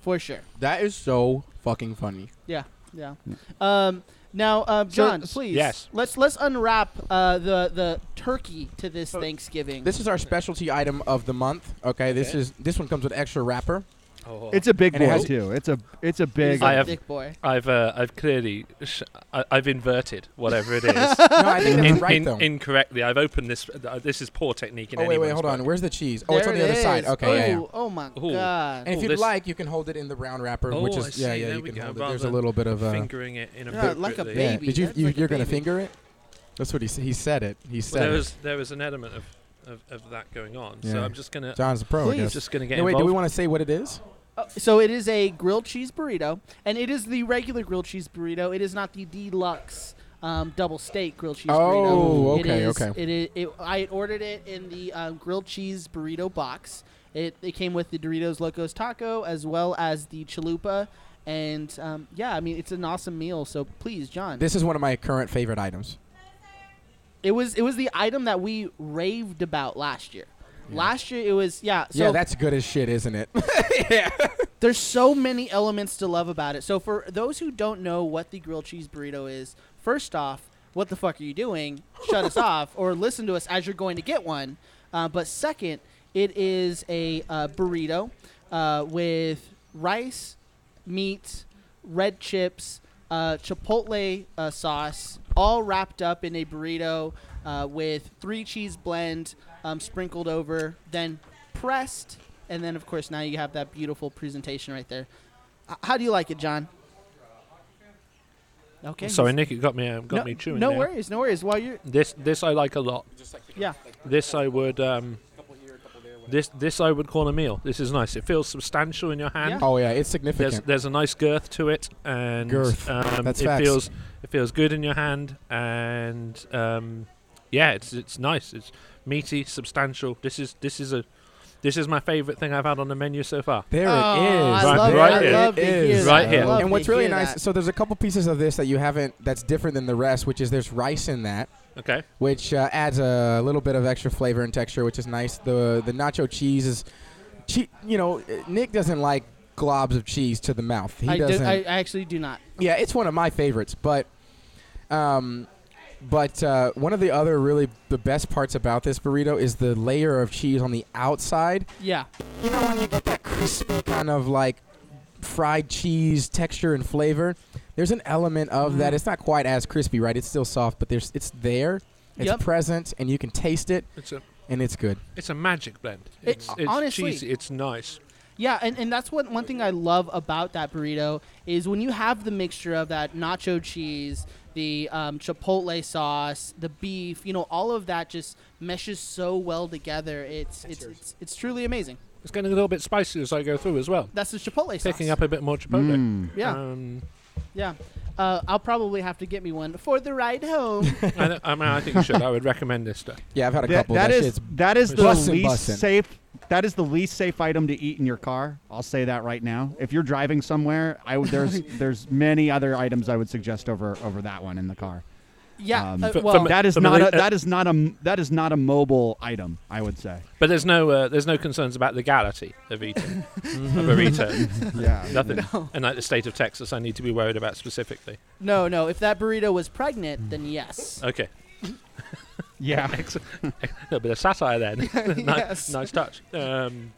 for sure.
That is so fucking funny.
Yeah, yeah. Um, now, uh, John, please,
yes.
let's let's unwrap uh, the the turkey to this Thanksgiving.
Oh, This is our specialty item of the month. Okay, this
Okay.
is this one comes with extra wrapper.
Oh.
It's a big
And it
boy
has-
too. It's a it's a
He's
big.
a
I have-
thick boy.
I've uh, I've clearly sh- I, I've inverted whatever it is
no, I think that's
in,
right
in-
though.
incorrectly. I've opened this. Uh, this is poor technique in
oh wait, wait,
anyone's
hold
book.
on. Where's the cheese? Oh, it's
There
on the other
it
side.
is.
Okay, yeah, yeah.
Ooh, Oh my
Ooh.
god.
And if
Oh,
you'd
this-
like, you can hold it in the round wrapper, which
Oh, I
is yeah,
see.
yeah.
There
You
we
can
go.
hold it.
Rather
There's a
than
little bit of uh,
Fingering it in a
Yeah, like a
appropriately.
yeah.
Baby,
Did you,
that's
you
like a
you're gonna
baby.
finger it? That's what he said. He said it. He
Well,
said
there
it.
was there was an element of, of, of that going on. So
Yeah.
I'm just gonna
John's a pro. I
Please.
guess.
just gonna get
No, wait,
involved.
do we want to say what it is?
Uh, so it is a grilled cheese burrito, and it is the regular grilled cheese burrito. It is not the deluxe um, double steak grilled cheese burrito.
Oh,
It
okay,
is-
okay.
It is. It, I ordered it in the um, grilled cheese burrito box. It, it came with the Doritos Locos Taco as well as the chalupa, and um, yeah, I mean it's an awesome meal. So please, John,
This is one of my current favorite items.
it was it was the item that we raved about last year. Last year it was yeah. So
yeah, that's good as shit, isn't it?
There's so many elements to love about it. So for those who don't know what the grilled cheese burrito is, first off, what the fuck are you doing? Shut us off or listen to us as you're going to get one. Uh, but second, it is a uh, burrito uh, with rice, meat, red chips, uh, chipotle uh, sauce, all wrapped up in a burrito uh, with three cheese blend um, sprinkled over, then pressed, and then of course now you have that beautiful presentation right there. H- how do you like it, John? Okay.
Sorry,
he's-
Nick, it got me um, got
no,
me chewing.
No
there.
worries, no worries. While you're
This this I like a lot.
yeah,
This I would um, this this I would call a meal. This is nice. It feels substantial in your hand.
Oh yeah, it's
There's
significant.
there's a nice girth to it, and
Girth.
Um,
That's
it
facts.
feels it feels good in your hand, and um, yeah, it's it's nice. It's meaty, substantial. This is this is a this is my favorite thing I've had on the menu so far.
There
Oh,
it is.
I
Right-
love,
right
it.
here.
I love to hear
Right
that. I
here.
love
And what's
to
really
hear
nice,
that.
so there's a couple pieces of this that you haven't, that's different than the rest, which is there's rice in that,
Okay,
which uh, adds a little bit of extra flavor and texture, which is nice. The the nacho cheese is, che- you know, Nick doesn't like globs of cheese to the mouth. He
I, do,
doesn't.
I actually do not.
yeah, it's one of my favorites, but, um, but uh, one of the other really the best parts about this burrito is the layer of cheese on the outside.
Yeah.
You know when you get that crispy kind of like fried cheese texture and flavor. There's an element of that.
Mm-hmm.
It's not quite as crispy, right? It's still soft, but there's it's there. It's
Yep.
present, and you can taste it,
it's a
and it's good.
it's a magic blend.
It-
It's, it's
honestly-
cheesy. It's nice.
Yeah, and, and that's what one thing I love about that burrito is when you have the mixture of that nacho cheese, the um, chipotle sauce, the beef, you know, all of that just meshes so well together. It's it's it's, it's truly amazing.
It's getting a little bit spicy as I go through as well.
That's the chipotle sauce.
Picking up a bit more chipotle.
Mm.
Yeah,
Um,
yeah. Uh, I'll probably have to get me one for the ride home.
I, th- I mean, I think you should. I would recommend this stuff.
Yeah, I've had a
That-
couple.
that
that
is
shit's
that is the
bussin',
least
bussin'.
safe. That is the least safe item to eat in your car. I'll say that right now. If you're driving somewhere, I would there's there's many other items I would suggest over over that one in the car.
yeah,
Um,
uh,
From-
well,
from-
That is
Some of
not a,
the-
that is not a that is not a mobile item. I would say.
But there's no uh, there's no concerns about legality of eating a burrito.
Yeah.
Nothing. And like the state of Texas, I need to be worried about specifically.
no, no. If that burrito was pregnant, then yes.
Okay,
Yeah.
a little bit of satire then. Ni-
Yes.
nice touch. Um,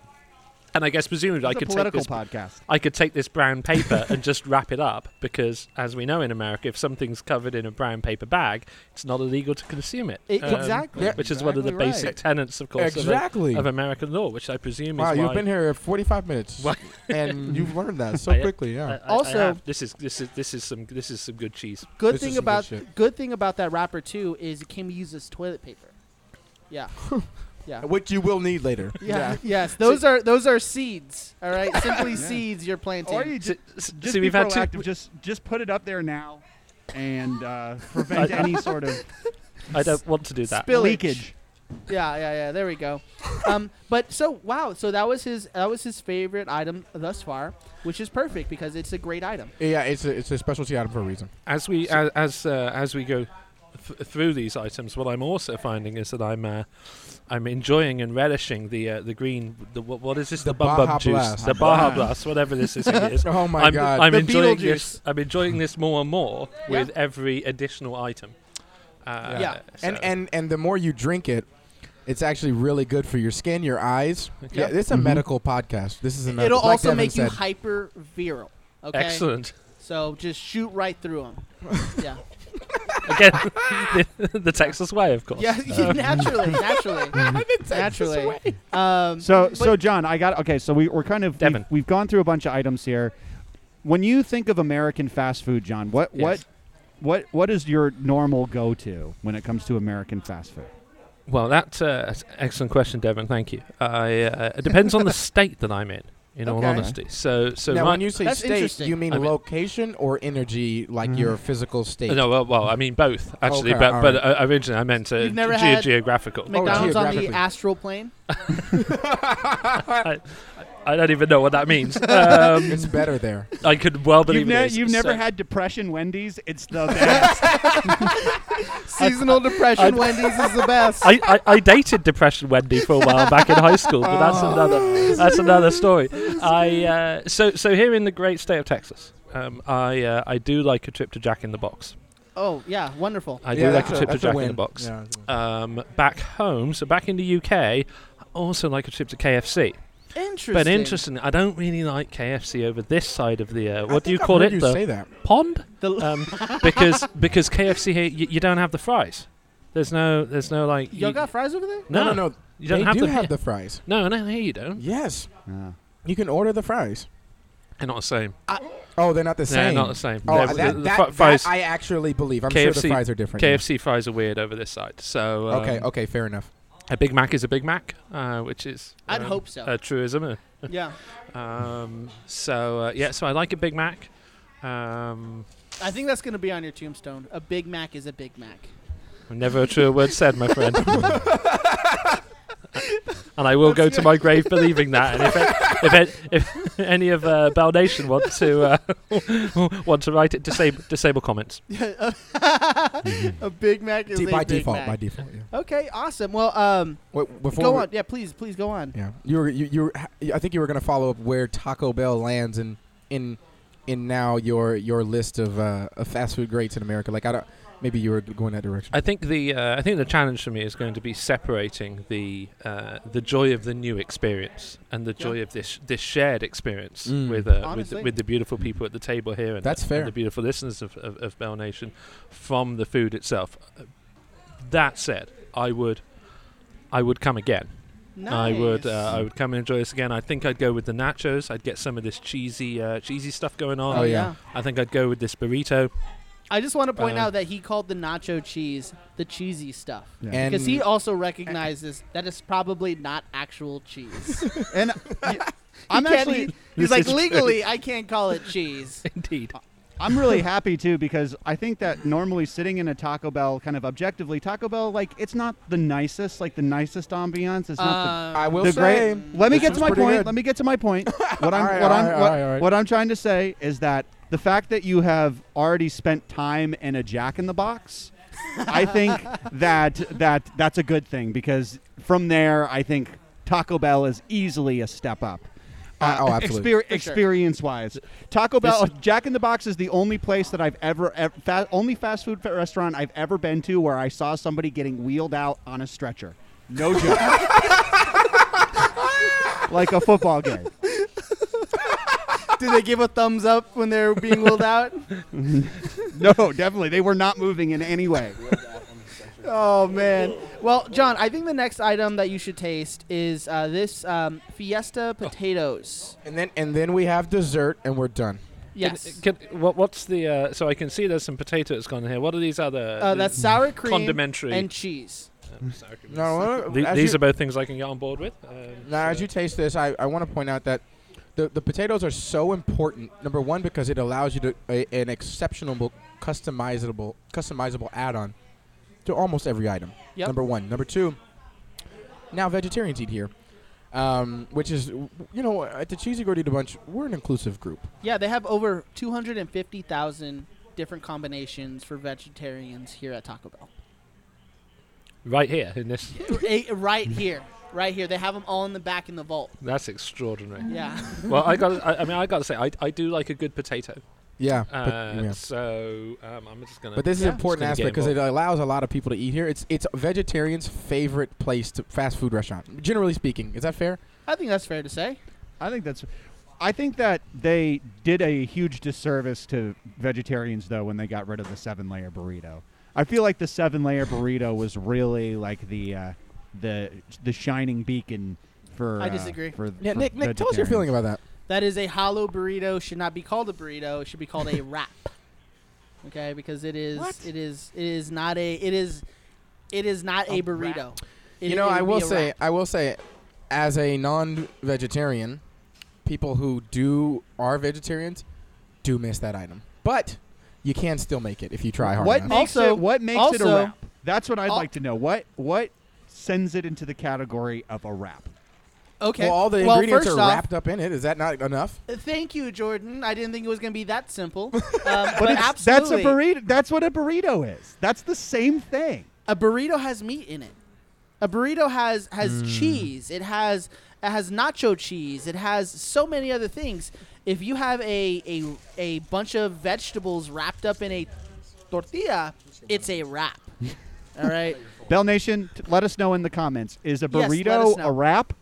and I guess presumably I
It's a
could take
political
this.
podcast.
I could take this brown paper and just wrap it up because, as we know in America, if something's covered in a brown paper bag, it's not illegal to consume it. Um,
E- exactly.
Which is one of the
Exactly right.
basic tenets, of course, of, a-
exactly.
of American law, which I presume
wow,
is
you've
why
been here 45 minutes,
Why-
and you've learned that so
I-
quickly. Yeah.
I- I- I
Also-
have- this is this is this is some this is some good cheese.
Good
This is
thing
some good
about
shit.
good thing about that wrapper too is it can be used as toilet paper. Yeah. yeah.
Which you will need later.
Yeah. Yes. Those are those are seeds. All right. Simply seeds you're planting.
Or you
So,
just,
so
just
we've
be
had
proactive.
two.
Just just put it up there now, and uh, prevent any sort of
I don't want to do that.
Spillage.
leakage.
Yeah. Yeah. Yeah. There we go. um. But so wow. So that was his that was his favorite item thus far, which is perfect because it's a great item.
Yeah, it's a, it's a specialty item for a reason.
As we as as, uh, as we go th- through these items, what I'm also finding is that I'm uh, I'm enjoying and relishing the uh, the green the what, what is this
The
the, bum bum
Baja
juice
Blast.
the Baja
Baja.
Blast whatever this is. it is.
Oh my
I'm,
god.
I'm
The
enjoying
Beetlejuice.
this. I'm enjoying this more and more
Yeah.
with every additional item. Uh,
Yeah.
and
so-
and and the more you drink it, it's actually really good for your skin, your eyes.
Okay.
Yeah, it's a
Mhm.
medical podcast. This is a
It'll
like
also
Devin
make you
said,
hyper virile. Okay.
excellent.
So just shoot right through them. yeah.
Again, the, the Texas way, of course.
Yeah. naturally. Naturally. naturally. Um.
So
but-
so John, I got okay. So we, we're kind of
Devin.
We've, we've gone through a bunch of items here. When you think of American fast food, John, what
Yes.
what what what is your normal go to when it comes to American fast food?
Well, that's uh, that's an excellent question, Devin. Thank you. I, uh, it depends on the state that I'm in, in all
Okay.
honesty. So, so
now,
my,
when you say
That's
state,
interesting.
you mean
I mean-
location or energy, like your physical state.
no, well, well, I mean both actually,
Oh, Okay,
but
all
but
right.
uh, originally I meant uh,
You've never
ge-
had
geographical.
McDonald's on the
geographically.
astral plane.
I, I don't even know what that means. Um,
It's better there.
I could well believe
You've,
it
ne-
is.
you've never
So-
had depression Wendy's. It's the best.
Seasonal depression. Wendy's is the best.
I, I, I dated depression Wendy for a while back in high school, but that's
Oh.
another that's another story. I uh, so so here in the great state of Texas, um, I uh, I do like a trip to Jack in the Box.
oh yeah, wonderful.
I
Yeah,
do like
that's
a trip to
that's
Jack in the
win.
Box.
Yeah, that's a win.
um, back home. So back in the UK, I also like a trip to KFC.
Interesting.
But interestingly, I don't really like KFC over this side of the uh,
I
what do you
think I've
call
heard
it?
You
the
say that.
pond?
The l-
Um, because because KFC here you, you don't have the fries. There's no there's no like
y'all
you-
got fries over there?
no
no, no.
you don't
they
have
do
them
have
here.
the fries.
no no here you don't.
Yes,
Yeah.
you can order the fries.
They're not the same.
Oh, they're not the
They're
same.
not the same.
Oh,
They're-
that,
the- the
that,
fri-
that
fries-
I actually believe. I'm sure the
KFC
fries are different. now.
KFC fries are weird over this side. So um,
Okay, okay, fair enough.
a Big Mac is a Big Mac, uh, which is
I'd
um,
hope so.
a truism. uh,
yeah,
Um, so uh, yeah, so I like a Big Mac. Um,
I think that's gonna be on your tombstone. A Big Mac is a Big Mac.
never a truer word said, my friend. and I will go to my grave believing that. And if it, if, it, if any of uh, Bell Nation want to uh, want to write it, disable disable comments.
a Big Mac is
D-
a
by
Big
default,
Mac.
by default. Yeah.
okay, awesome. Well, um,
Wait, before
go
we-
on. Yeah, please, please go on.
Yeah, you were you, you were, I think you were going to follow up where Taco Bell lands in in in now your your list of uh, of fast food greats in America. Like I don't. Maybe you were going that direction.
I think the uh, I think the challenge for me is going to be separating the uh, the joy of the new experience and the joy of this this shared experience
Mm.
with, uh, with
Honestly.
the, with the beautiful people at the table here and,
That's
and
fair.
the beautiful listeners of, of, of Bell Nation from the food itself. That said, I would I would come again. I would uh, I would come and enjoy this again. I think I'd go with the nachos. I'd get some of this cheesy uh, cheesy stuff going on.
Oh, yeah.
I think I'd go with this burrito.
I just want to point
Uh,
out that he called the nacho cheese the cheesy stuff.
Yeah.
And
Because he also recognizes that it's probably not actual cheese. He
And y- I'm
can't-
actually
he- he's like
is true.
legally, I can't call it cheese.
Indeed.
I'm really happy too because I think that normally sitting in a Taco Bell, kind of objectively, Taco Bell like it's not the nicest, like the nicest ambiance. It's not
Um,
I will
the, the
Uh, say.
great. Let me
this
get
was
to my
pretty
point.
good.
Let me get to my point. What I'm
right,
what
all
I'm
right,
what,
all right, all right.
what I'm trying to say is that the fact that you have already spent time in a Jack in the Box. I think that that that's a good thing because from there I think Taco Bell is easily a step up.
Uh, oh, absolutely.
Exper- experience wise, Taco Bell, Jack in the Box is the only place that I've ever, ev fa- only fast food fa- restaurant I've ever been to where I saw somebody getting wheeled out on a stretcher. No joke. like a football game.
do they give a thumbs up when they're being wheeled out?
No, definitely they were not moving in any way.
Oh man. Well, John, I think the next item that you should taste is uh, this um, Fiesta potatoes.
And then and then we have dessert and we're done.
Can- uh,
Yes.
Can, what, what's the? Uh, so I can see there's some potatoes gone here. What are these other?
uh,
the-
that's sour cream
condimentary.
and cheese.
uh, sour cream.
No,
The-
as
these
you-
are both things I can get on board with. Um,
Now, as
so-
you taste this, I, I want to point out that the, the potatoes are so important. Number one, because it allows you to a, an exceptional, customizable, customizable add-on to almost every item.
Yep.
Number one. Number two. Now vegetarians eat here, um, which is you know at the Cheesy Gordita Bunch we're an inclusive group.
Yeah, they have over 250,000 different combinations for vegetarians here at Taco Bell.
right here in this.
Eh, right here, right here. They have them all in the back in the vault.
That's extraordinary.
Yeah.
well, I got. I, I mean, I got to say, I, I do like a good potato.
Yeah.
Uh,
but, yeah.
So um, I'm just gonna.
But this is
Yeah.
an important
Just gonna
aspect
get
because it allows a lot of people to eat here. It's it's vegetarians' favorite place to fast food restaurant, generally speaking. Is that fair?
I think that's fair to say.
I think that's. I think that they did a huge disservice to vegetarians though when they got rid of the seven layer burrito. I feel like the seven layer burrito was really like the uh, the the shining beacon for.
I
uh,
disagree.
for,
Yeah,
for
Nick, Nick, tell us your
vegetarians.
feeling about that.
That is a hollow burrito. Should not be called a burrito. It should be called a wrap. Okay, because it is. It is. It is not a. It is. It is not a, burrito. It-
you know,
it
I
would be
will
a
say,
wrap.
I will say, as a non-vegetarian, people who do are vegetarians do miss that item, but you can still make it if you try hard
What
enough.
makes
Also-
it? What makes it a
also-
wrap? That's what I'd
al-
like to know. What what sends it into the category of a wrap?
Okay.
Well, all the ingredients
first
are
off,
wrapped up in it. Is that not enough?
Thank you, Jordan. I didn't think it was going to be that simple. Um, but
it's- that's a
absolutely.
burrito. That's what a burrito is. That's the same thing.
a burrito has meat in it. A burrito has has cheese. It has it has nacho cheese. It has so many other things. If you have a a, a bunch of vegetables wrapped up in a tortilla, it's a wrap. All right.
Bell Nation, t- let us know in the comments. Is a
Yes, let us
burrito
know.
a wrap?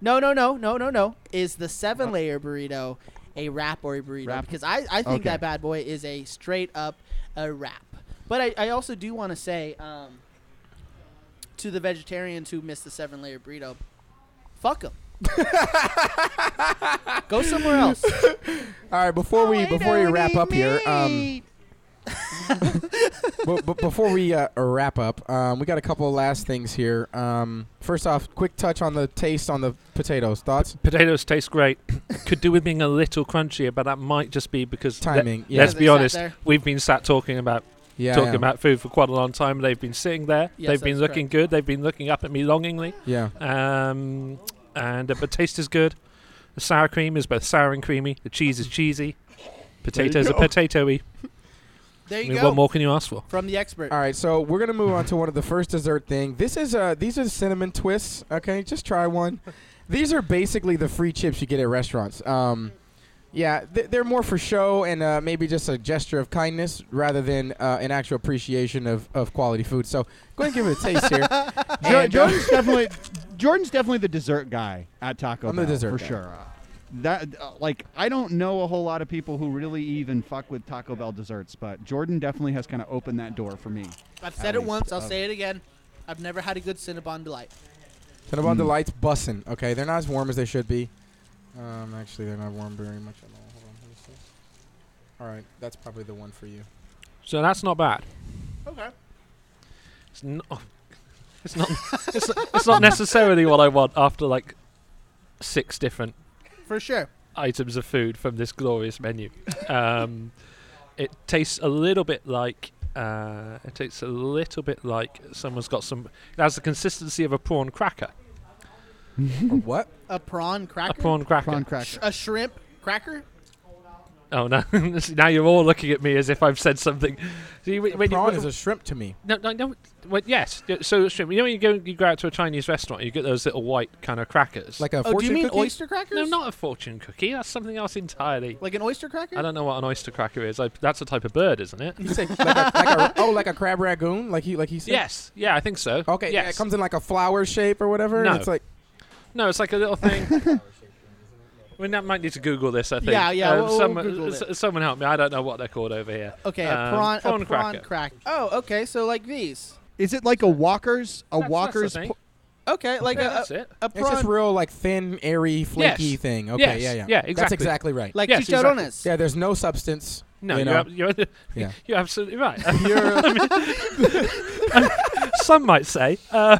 No, no, no, no, no, no. Is the seven layer burrito a wrap or a burrito?
Wrap.
Because I, I think
Okay.
that bad boy is a straight up a wrap. But I, I also do want to say um, to the vegetarians who miss the seven layer burrito, fuck them. Go somewhere else.
All right, before we before we wrap up here, um, but, but before we uh, wrap up, um, we got a couple of last things here. Um, first off, quick touch on the taste on the potatoes. Thoughts?
Potatoes taste great. Could do with being a little crunchier, but that might just be because le-
Timing, yeah.
Let's
They
be
sat
honest.
there.
We've been sat talking about
Yeah,
talking
yeah.
about food for quite a long time. They've been sitting there.
Yes,
They've been
that's
looking good. They've been looking up at me longingly.
yeah.
Um, and uh, but taste is good. The sour cream is both sour and creamy. The cheese is cheesy. Potatoes are
go.
potatoey.
There
I
you
mean,
go.
what more can you ask for?
From the expert.
All right, so we're gonna move on to one of the first dessert thing. This is uh, these are cinnamon twists. Okay, just try one. These are basically the free chips you get at restaurants. Um, yeah, th- they're more for show and uh, maybe just a gesture of kindness rather than uh, an actual appreciation of, of quality food. So go ahead and give it a taste here.
Jo-
And, uh,
Jordan's definitely Jordan's definitely the dessert guy at Taco
I'm the
Bell
dessert
for
guy.
sure. Uh, That uh, like I don't know a whole lot of people who really even fuck with Taco Bell desserts, but Jordan definitely has kind of opened that door for me.
I've
At
said it
least,
once.
Um,
I'll
uh,
say it again. I've never had a good Cinnabon delight.
Cinnabon
Mm.
Delight's bussin'. Okay, they're not as warm as they should be. Um, actually, they're not warm very much at all. Hold on, let me see. All right, that's probably the one for you.
So that's not bad.
Okay.
It's not. It's not. it's, not it's not necessarily what I want after like six different
For sure.
items of food from this glorious menu. Um, it tastes a little bit like. Uh, it tastes a little bit like someone's got some. It has the consistency of a prawn cracker.
Or what?
A prawn cracker.
A prawn cracker.
Prawn cracker.
Sh- a shrimp cracker.
Oh no! now you're all looking at me as if I've said something. See, when- when you-
Prawn is a shrimp to me.
No, no, no. Well, yes. yeah, So it's shrimp. You know when you go, you go out to a Chinese restaurant, you get those little white kind of crackers.
Like a
Oh, do you
fortune
mean
cookie?
oyster crackers?
no, not a fortune cookie. That's something else entirely.
Like an oyster cracker?
I don't know what an oyster cracker is. I, that's a type of bird, isn't it?
You say like a, like a, oh, like a crab ragoon, like he like he said.
Yes. Yeah, I think so.
Okay. Yeah,
Yes.
it comes in like a flower shape or whatever. and
No.
it's like
no, it's like a little thing. we now might need to Google this. I think.
Yeah, yeah, we'll- we'll
someone,
Google
s-
it.
someone help me. I don't know what they're called over here.
Okay,
Um,
a prawn, a
prawn
prawn
cracker.
cracker. Oh, okay, so like these.
Is it like a Walker's? A
That's- that's the
Walker's?
thing.
po-
Okay, like
Yeah,
a,
that's
a,
it.
a
it's just
prawn,
real like thin, airy, flaky
Yes.
thing. Okay.
Yes.
Yeah. Yeah.
Yeah,
That's
exactly.
exactly right.
like
Yes, exactly.
chicharrones.
yeah. There's no substance.
No,
You
you
know.
are you're,
Yeah.
you're absolutely right.
You're
some might say. Um,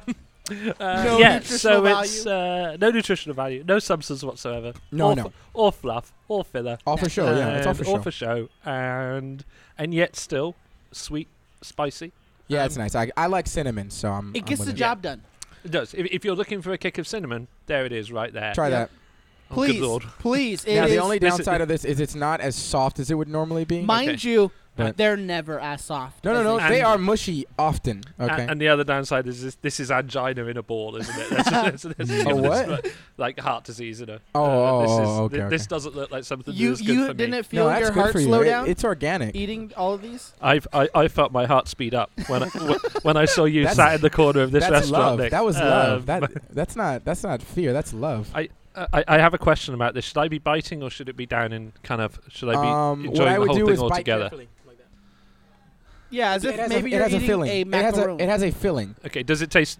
uh,
No
yeah,
nutritional
so it's uh, no nutritional value, no substance whatsoever,
no,
or,
no.
F- or fluff, or filler,
All for show. Yeah. It's all
and
for
show,
show.
and and yet still sweet, spicy.
Yeah. It's nice. I, I like cinnamon, so I'm.
It
I'm
gets
with
the
it.
job done.
It does. If, if you're looking for a kick of cinnamon, there it is, right there.
Try
Yeah.
that.
Oh,
Please,
good lord.
please. It
now the
is-
only
this-
downside of this is it's not as soft as it would normally be.
mind
Okay.
you,
But-
they're never as soft.
no, no,
as
no.
they-
They
And-
are mushy often.
A-
Okay.
And, the other downside is this, this is angina in a ball, isn't it? That's, that's, that's,
A what?
like- like heart disease, you know. Uh,
Oh, oh,
this,
oh,
thi-
okay,
this
okay.
doesn't look like something
You,
that's good
you
for me.
didn't
no,
feel
that's
your
good
heart
for you.
slow
It-
down
it's organic.
eating all of these?
I've, I, I felt my heart speed up when I, wh- when I saw you
That's-
sat in the corner of this
that's
restaurant.
love.
Nick.
That was love.
Um,
That that's not that's not fear. That's love.
I, I I have a question about this. Should I be biting or should it be down in kind of? Should I be
Um,
enjoying
what I
the
would
whole
do
thing
is bite
altogether?
carefully, like that.
Yeah, as
It
if
has a-
maybe
it
you're
has a
eating
filling.
a
it has a
macaroon.
it has a filling.
Okay. Does it taste?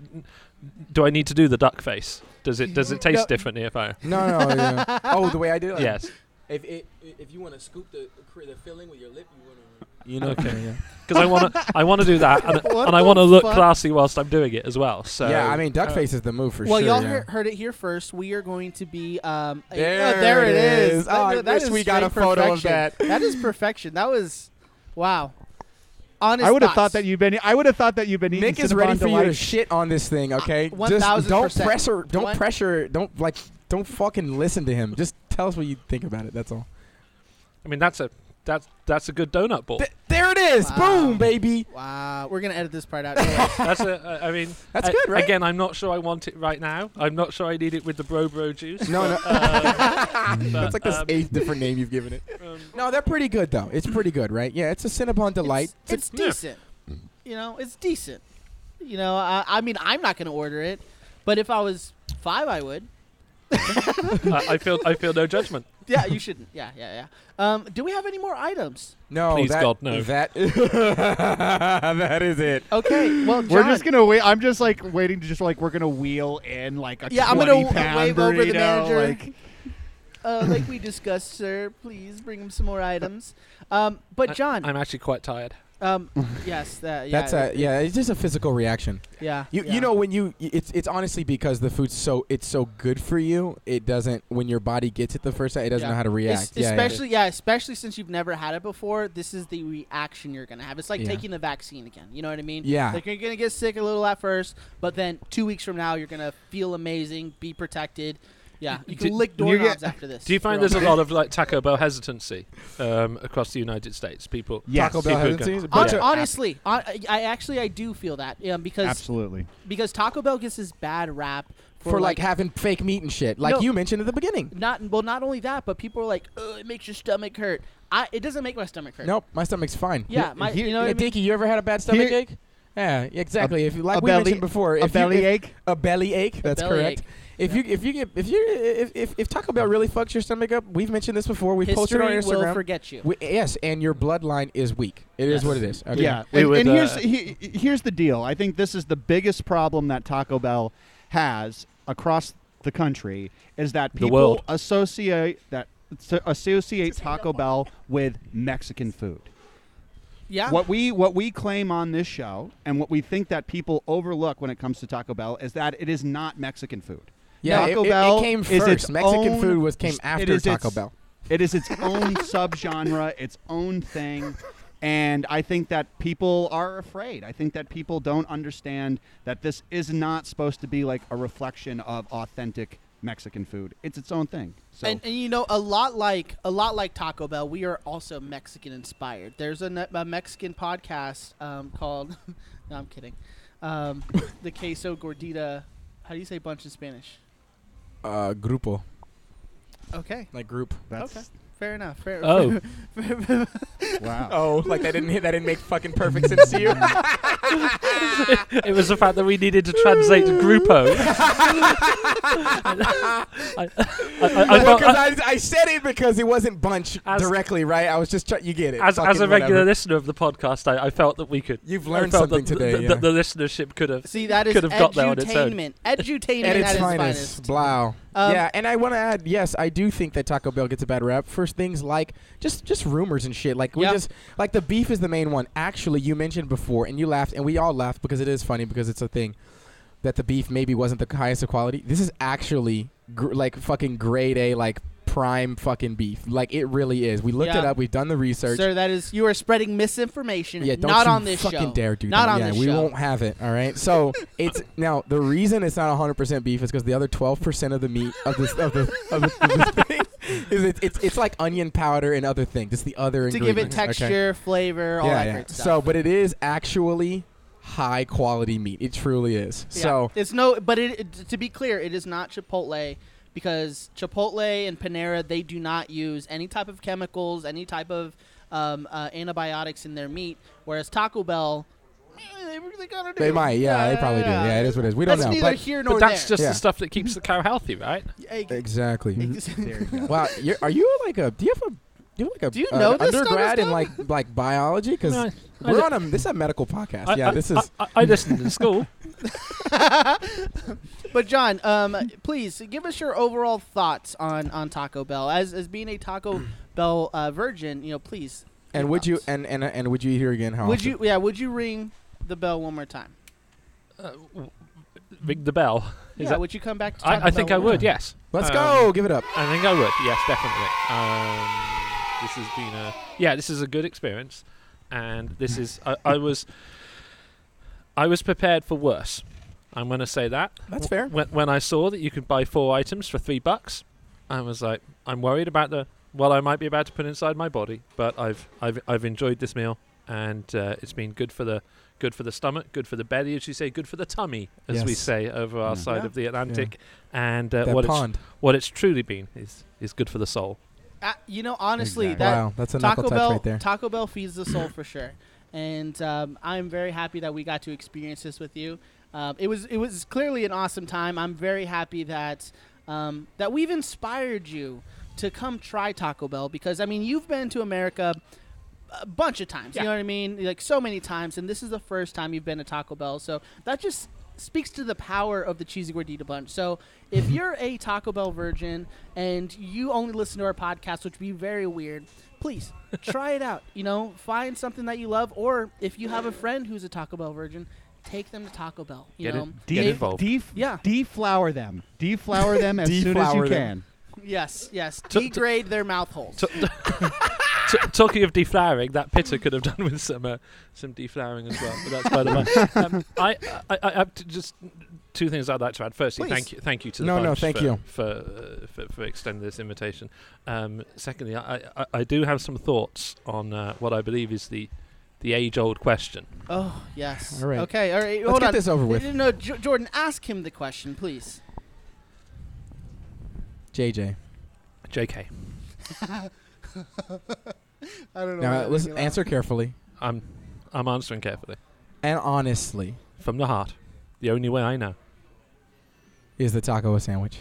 Do I need to do the duck face? Does it Does it taste
No.
differently if I?
No, no. yeah. Oh, the way I do it.
Yes.
If it, if you want to scoop the the filling with your lip, you want to. You
know,
Okay.
okay.
Yeah.
Because I want to I want to do that and,
What
and I
the
want to look
fuck?
classy whilst I'm doing it as well. So
yeah, I mean,
uh,
duck face is the move for
well,
sure.
y'all
yeah.
hear- heard it here first. We are going to be. Um, a- oh,
There
there
it
it is.
is. Oh, I
That- that
wish
is
we got a
straight
photo of
perfection.
that.
That is perfection. That was, wow. Honest.
I would have thought
thoughts.
that you've been. I would have thought that you've been.
Nick
eating
is ready
Cinnabon
for you to
Delight.
shit on this
Uh,
thing. Okay. Just
1000%.
don't pressure. Don't
One-
pressure. Don't like. Don't fucking listen to him. Just tell us what you think about it. That's all.
I mean that's a that's that's a good donut ball.
Th- there it is.
Wow.
Boom, baby.
Wow, we're gonna edit this part out. Anyway,
That's a I I mean
That's
I-
good, right?
Again, I'm not sure I want it right now. I'm not sure I need it with the bro bro juice.
No, no. That's like this
um,
eighth different name you've given it.
Um,
No, they're pretty good though. It's pretty good, right? Yeah, it's a Cinnabon delight.
It's, it's
yeah.
decent. You know, it's decent. You know, I, I mean, I'm not gonna order it, but if I was five, I would.
I, I feel I feel no judgment.
yeah, you shouldn't. Yeah, yeah, yeah. Um, do we have any more items?
No,
Please,
that,
God, no.
That that is it.
Oh, Okay. Well,
We're just
John,
gonna wait. I'm just like waiting to just like we're gonna wheel in like a
Yeah, I'm
20
gonna
pound
wave over the
burrito,
manager.
Like,
uh, like we discussed, sir. Please bring him some more items. Um, but John,
I'm actually quite tired.
um, yes, that, yeah,
That's a yeah. It's just a physical reaction.
yeah.
You
yeah.
you know when you it's it's honestly because the food's so it's so good for you. It doesn't when your body gets it the first time. It doesn't
Yeah.
know how to
Es-
react. Yeah, yeah.
especially yeah, especially since you've never had it before. This is the reaction you're gonna have. It's like
Yeah.
taking the vaccine again. You know what I mean?
Yeah.
Like you're gonna get sick a little at first, but then two weeks from now you're gonna feel amazing, be protected. Yeah, you can
Do-
lick
do you
doorknobs after this.
Do you find
We're
there's a
all-
lot of like Taco Bell hesitancy um, across the United States? People, "Oh,
yes,
Taco Bell
Seafood
hasn't
gun.
seen it,
Hon-
but
Yeah.
honestly, hon- I, I actually I do feel that yeah, because
absolutely.
because Taco Bell gets this bad rap for,
for like having fake meat and shit, like
No.
you mentioned at the beginning.
not well not only that, but people are like, "Ugh, it makes your stomach hurt. I it doesn't make my stomach hurt.
Nope, my stomach's fine.
Yeah, my,
here-
you know what I
yeah,
mean?
Dicky, you ever had a bad stomach
Here-
ache? Yeah, exactly. if you like
a
we
belly-
mentioned before,
A
if you- if-
bellyache.
a belly ache. That's
belly
correct.
ache.
If you if you get if you if, if if Taco Bell really fucks your stomach up, we've mentioned this before. We've posted
History
on Instagram.
will forget you.
We- yes, and your bloodline is weak. It is
Yes.
what it is. Okay.
Yeah,
We
and,
would,
and
uh,
here's he, here's the deal. I think this is the biggest problem that Taco Bell has across the country is that
world.
people associate that so- associate Taco Bell with Mexican food.
yeah.
What we what we claim on this show and what we think that people overlook when it comes to Taco Bell is that it is not Mexican food.
Yeah,
Taco
it- it- it
Bell
came
is its
first. Mexican
own-
food was came
it
after
is
Taco
its-
Bell.
It is its own subgenre, its own thing. And I think that people are afraid. I think that people don't understand that this is not supposed to be like a reflection of authentic Mexican food. It's its own thing. So
and, and you know a lot like a lot like Taco Bell, we are also Mexican inspired. There's a, ne- a Mexican podcast um, called No, I'm kidding. Um, the queso gordita. How do you say bunch in Spanish?
Uh, grupo,
Okay,
like group.
okay,
that's
fair enough. Fair.
Oh.
wow.
Oh, like that didn't hit. That didn't make fucking perfect sense to you.
oh, it was the fact that we needed to translate Grupo. I, I, I, I,
Because
felt-
I, I said it because it wasn't bunch
As-
directly, right? I was just trying. You get it.
as, as
Fucking
a regular
whatever.
listener of the podcast, I, I felt that we could.
you've
I
learned
felt
something
that,
today.
that-
yeah.
that the listenership could have.
See, that is
Could have got there on its own.
edutainment. Edutainment
at its
at its
finest.
finest.
Blow.
Um,
yeah, and I want to add, yes, I do think that Taco Bell gets a bad rap for things like just just rumors and shit. Like we
Yeah.
just like the beef is the main one. Actually, you mentioned before, and you laughed, and we all laughed because it is funny because it's a thing that the beef maybe wasn't the highest of quality. This is actually gr- like fucking grade A, like prime fucking beef. Like it really is. We looked it
Yeah.
up. We've done the research.
Sir, that is you are spreading misinformation.
Yeah, don't
not
you
on this
fucking
show.
dare do
Not
that.
on
yeah,
this
we
show.
won't have it. All right. So it's now the reason it's not 100 percent beef is because the other 12 percent of the meat of this of the of the, of the thing is it's, it's it's like onion powder and other things. It's the other
to give it
ingredients. Okay.
texture, flavor, all
yeah,
that
yeah.
great stuff.
So, but it is actually high quality meat. It truly is.
Yeah.
So
it's no, but it, it- to be clear, it is not Chipotle because Chipotle and Panera they do not use any type of chemicals, any type of um, uh, antibiotics in their meat, whereas Taco Bell eh, they really gotta do.
they might. Yeah, they probably do. Yeah, it is what it is. We don't
That's
know.
neither
But
here nor
But that's
there.
just
Yeah.
the stuff that keeps the cow healthy, right?
Egg-
exactly.
egg-
There you go.
wow. You're, are you like a? Do you have a? Do you have like a?
Do you
uh,
know
an
this kind of
undergrad in
stuff?
like like biology? Because
No, I- I
we're
don't-
on a. This is a medical podcast.
I-
yeah.
I-
this is.
I, I listened in school.
but John, um, please give us your overall thoughts on, on Taco Bell as as being a Taco Bell uh, virgin. You know, please.
And
your
would you
thoughts.
and and and would you eat here again? How
Would
often?
you? Yeah. Would you ring the bell one more time?
Uh, w- ring the bell. Is
yeah.
that-
would you come back? To Taco
I, I
Bell
think
one
I
more
would.
time?
Yes.
Let's
Um,
go. Give it up.
I think I would. Yes, definitely. Um, this has been a yeah. This is a good experience, and this is I, I was I was prepared for worse. I'm going to say that.
That's fair.
When, when I saw that you could buy four items for three bucks, I was like, I'm worried about the well I might be about to put inside my body, but I've I've I've enjoyed this meal, and uh, it's been good for the good for the stomach, good for the belly, as you say, good for the tummy, as we
Yes.
say over our
Mm.
side
Yeah.
of the Atlantic, and uh,
that
what it's
pond.
what it's truly been is is good for the soul.
Uh, you know, honestly,
Exactly.
that
wow, that's a
Taco
knuckle touch
Bell
right there.
Taco Bell feeds the soul for sure, and um, I'm very happy that we got to experience this with you. Um, it was it was clearly an awesome time. I'm very happy that um, that we've inspired you to come try Taco Bell because I mean you've been to America a bunch of times. You know what I mean? Like so many times, and this is the first time you've been to Taco Bell. So that just speaks to the power of the cheesy gordita bunch. So if you're a Taco Bell virgin and you only listen to our podcast, which would be very weird, please try it out. You know, find something that you love, or if you have a friend who's a Taco Bell virgin, take them to Taco Bell. You
Get
know,
it- get
They-
involved.
Def-
Yeah.
Deflower them. Deflower them as soon as you
Deflower them.
can.
Yes, yes.
T- t-
Degrade their mouth holes.
T- t- talking of deflowering, that pitter could have done with some uh, some deflowering as well. But that's by the way. Um, I, I, I have to just two things I'd like to add. Firstly,
Please.
thank you, thank you to the
No, no,
bunch
thank
for,
you.
for, uh, for for extending this invitation. Um, secondly, I, I, I do have some thoughts on uh, what I believe is the the age old question.
Oh yes.
All right.
Okay. All right.
Let's
Hold
get
on.
this over with.
No, no, J- Jordan, ask him the question, please.
JJ.
J.K.
I don't
Now listen, answer carefully
I'm I'm answering carefully
and honestly.
from the heart. The only way I know.
Is the taco a sandwich?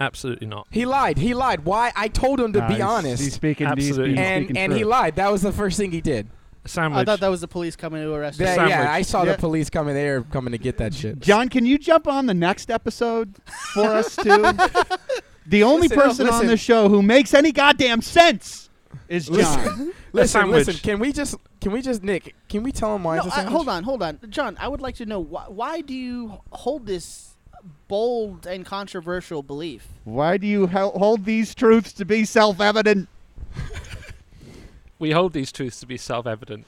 Absolutely not.
He lied. He lied. Why? I told him to
Nah,
be
he's-
honest.
He's speaking. he's
Absolutely.
speaking-
and
speaking
and he
truth.
lied. That was the first thing he did.
Sandwich.
I thought that was the police coming to arrest
That-
us.
Sandwich.
yeah, I saw
Yeah.
the police coming there, coming to get that shit.
John, can you jump on the next episode for us too? the only
Listen,
person
listen.
on this show who makes any goddamn sense is
Listen.
John.
Listen,
sandwich.
listen. Can we just? Can we just? Nick, can we tell him why
No,
it's a
I,
sandwich?
hold on, hold on, John. I would like to know why, why do you hold this bold and controversial belief?
Why do you hel- hold these truths to be self-evident?
We hold these truths to be self evident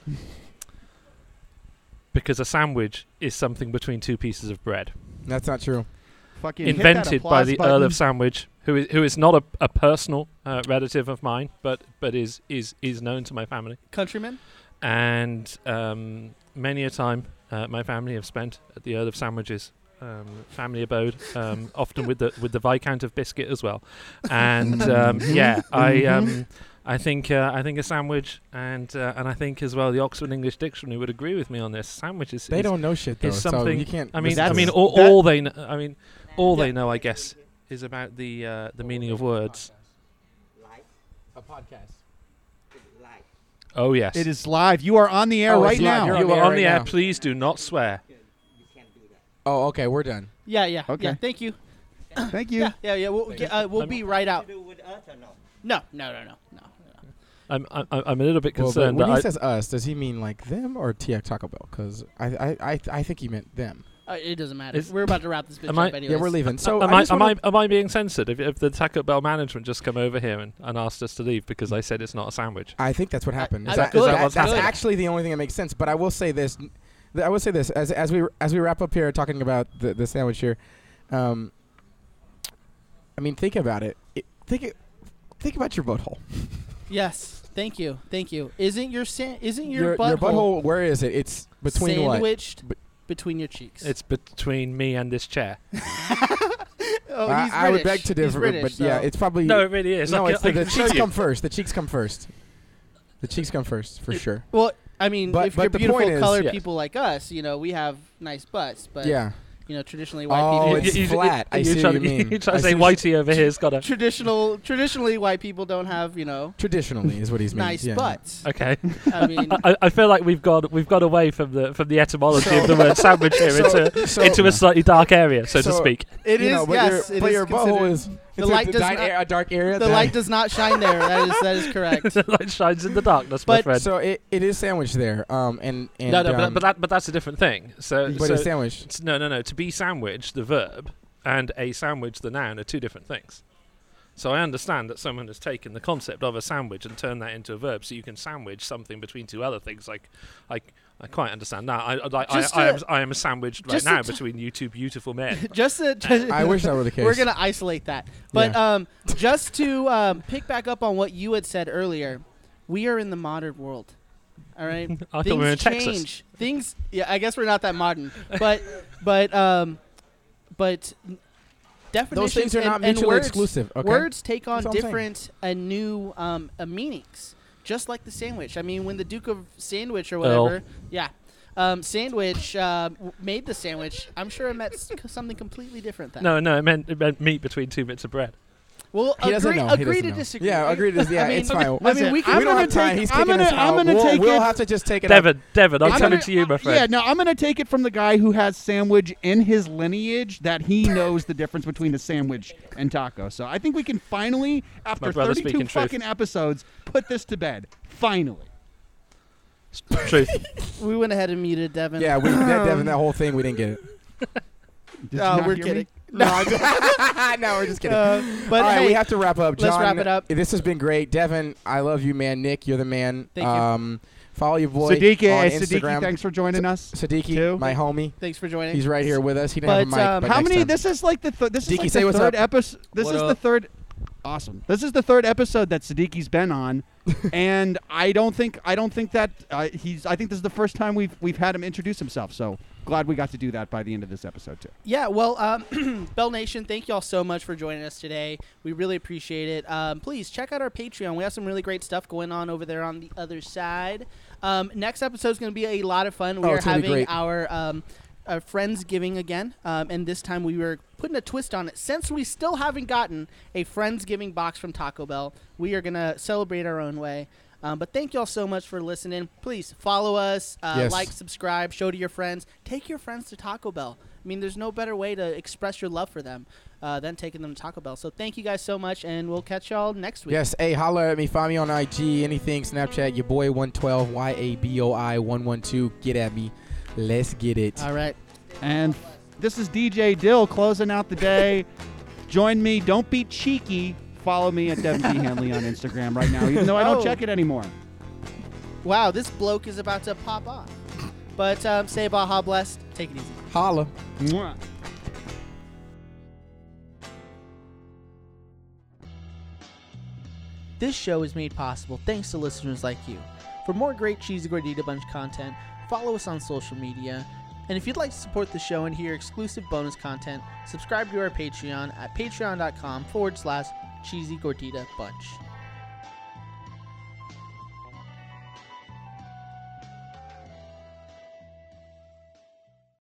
because a sandwich is something between two pieces of bread.
That's not true.
Fucking hit that
invented by
applause
the
button.
Earl of Sandwich, who is, who is not a, a personal uh, relative of mine, but, but is, is, is known to my family.
Countrymen?
And um, many a time uh, my family have spent at the Earl of Sandwich's. Um, family abode, um, often with the with the Viscount of Biscuit as well, and um, yeah, I
Mm-hmm.
um, I think uh, I think a sandwich and uh, and I think as well the Oxford English Dictionary would agree with me on this. Sandwich is,
They
is
don't know shit though,
it's
so
something-
you can't.
I mean, I
That's-
mean, all,
that-
all they, know, I mean, all they know, I guess, is about the uh, the meaning of words.
a podcast.
Oh yes,
It is live. You are on the air
Oh, it's
right
live.
now.
You're
You are on
right
the air.
now.
Please do not swear.
Oh, okay, we're done.
Yeah, yeah,
Okay.
yeah. Thank you.
Thank you.
Yeah, yeah, yeah. We'll get, uh, we'll
Let me-
be right out. No, no, no, no, no. no.
I'm I'm, I'm a little bit
Well, but
concerned
when he
that
says us, does he mean like them or T Taco Bell? Because I, I, I, I think he meant them.
Uh, it doesn't matter.
Is-
We're about to wrap this bitch
Am I-
up
Yeah,
anyways.
Yeah, we're leaving.
I,
So
am
I,
I,
just
am
wanna-
I am I being censored if, if the Taco Bell management just come over here and, and asked us to leave because I said it's not a sandwich?
I think that's what happened.
I-
Is
I-
that-
good,
that-
that's
that's
good.
actually the only thing that makes sense. But I will say this. th- I will say this as as we as we wrap up here talking about the, the sandwich here. Um, I mean, think about it. it think it. Think about your butthole.
Yes. Thank you. Thank you. Isn't your san- isn't your,
your,
butthole,
butthole. Where is it? It's between what?
sandwiched
Be-
between your cheeks?
It's between me and this chair.
oh,
I,
he's
I
British.
would beg to
He's
differ,
British,
but yeah,
so-
it's probably
No, it really is.
no.
I can,
it's the,
I
the
can show
cheeks
you.
come first. The cheeks come first. The cheeks come first for sure.
well. I mean,
But-
if
but
you're
the
beautiful
point is-
colored
Yes.
people like us, you know, we have nice butts. But
Yeah.
you know, traditionally white
Oh,
people.
it's flat. I
you
see what
try-
you mean.
You try to
I
say
see what
whitey over here's got a
Traditional, traditionally white people don't have you know
Traditionally is what he's meant.
nice
yeah.
butts.
okay.
I mean,
I, I- I feel like we've gone we've gone away from the from the etymology of the word sandwich here into
so-
into a slightly dark area, so, to
So-
speak.
it
You
is
know, but
yes.
your,
it
but
is
your butthole
considered-
is
the
it's a
light does
di-
not-
a dark area.
the
that-
light does not shine there. That is that is correct.
the light shines in the darkness, my
But-
friend.
So it, it is sandwiched there. Um and and
no, no,
um,
but, but that but that's a different thing. So,
but
so
it's sandwiched.
it's- no, no, no. To be sandwiched, the verb, and a sandwich, the noun, are two different things. So I understand that someone has taken the concept of a sandwich and turned that into a verb, so you can sandwich something between two other things. Like, like I quite understand that. I I- like I,
Just
I,
a-
am I am sandwiched right
just a
now
t-
between you two beautiful men.
Just to, just-
I wish that were the case.
We're gonna isolate that. But
Yeah.
um, just to um, pick back up on what you had said earlier, we are in the modern world. All right.
I
Things
thought we were in
change.
Texas.
Things. Yeah, I guess we're not that modern. But but um, but definitions
Those things are
and-
not
and
mutually
words-
exclusive. Okay.
Words take on
That's what I'm saying.
different and new um, uh, meanings, just like the sandwich. I mean, when the Duke of Sandwich or
Earl.
whatever, yeah, Um, sandwich uh, w- made the sandwich. I'm sure it meant s- something completely different. Then.
No, no, it meant it meant meat between two bits of bread.
Well,
He doesn't
agree,
know. He
agree
doesn't
to
know.
disagree.
Yeah, agree to dis- yeah, it's fine.
I mean, we
Listen,
can.
I'm
we don't
gonna
have time.
take-
He's
I'm
taking
gonna-
us
I'm
out.
gonna
we'll,
take
we'll
it-
have to just take it out.
Devin, Devin, I'm
I'm
coming
gonna-
to you, my
uh,
friend.
Yeah, no, I'm going to take it from the guy who has sandwich in his lineage that he knows the difference between a sandwich and taco. So I think we can finally, after
brother
32
speaking truth.
fucking episodes, put this to bed. Finally.
It's Truth.
We went ahead and muted Devin.
Yeah, we, that, Devin, that whole thing, we didn't get it.
Did
Uh,
you not
we're
hear
kidding.
me?
No, I just- no, we're just kidding.
Uh, but
All right,
hey,
we have to wrap up.
let's
John,
wrap it up.
This has been great, Devin. I love you, man. Nick, you're the man.
Thank you.
um, Follow your boy
Siddiqui,
on
uh,
Instagram.
Siddiqui, thanks for joining us.
Siddiqui,
too.
my homie.
thanks for joining.
He's right here with us. He didn't have a
But,
mic.
um,
but
How
next
many?
time.
This is like the th- this
Siddiqui,
is like
say
the
what's
third
up.
episode. This is
What
the
up?
third. Awesome. This is the third episode that Siddiqui's been on, and I don't think I don't think that uh, he's. I think this is the first time we've we've had him introduce himself. So glad we got to do that by the end of this episode too.
Yeah, well, um, Bell Nation, thank you all so much for joining us today. We really appreciate it. Um, please check out our Patreon. We have some really great stuff going on over there on the other side. Um, next episode is going to be a lot of fun. We
Oh,
are
it's gonna be
having
great.
our um, uh, friends giving again, um, and this time we were putting a twist on it. Since we still haven't gotten a friends giving box from Taco Bell, we are going to celebrate our own way. Um, but thank y'all so much for listening. Please follow us, uh,
Yes.
like, subscribe, show to your friends. Take your friends to Taco Bell. I mean, there's no better way to express your love for them uh, than taking them to Taco Bell. So thank you guys so much, and we'll catch y'all next week.
Yes, hey, holler at me. Find me on IG, anything, Snapchat, your boy 112, Y A B O I 112. Get at me. Let's get it.
All right.
And this is DJ Dill closing out the day. Join me. Don't be cheeky. Follow me at Devin D. Hanley on Instagram right now, even though I don't
Oh.
check it anymore.
Wow, this bloke is about to pop off. But um, say Baja blessed. Take it easy.
Holla.
Mwah.
This show is made possible thanks to listeners like you. For more great Cheesy Gordita Bunch content, follow us on social media. And if you'd like to support the show and hear exclusive bonus content, subscribe to our Patreon at patreon.com forward slash cheesy gordita bunch.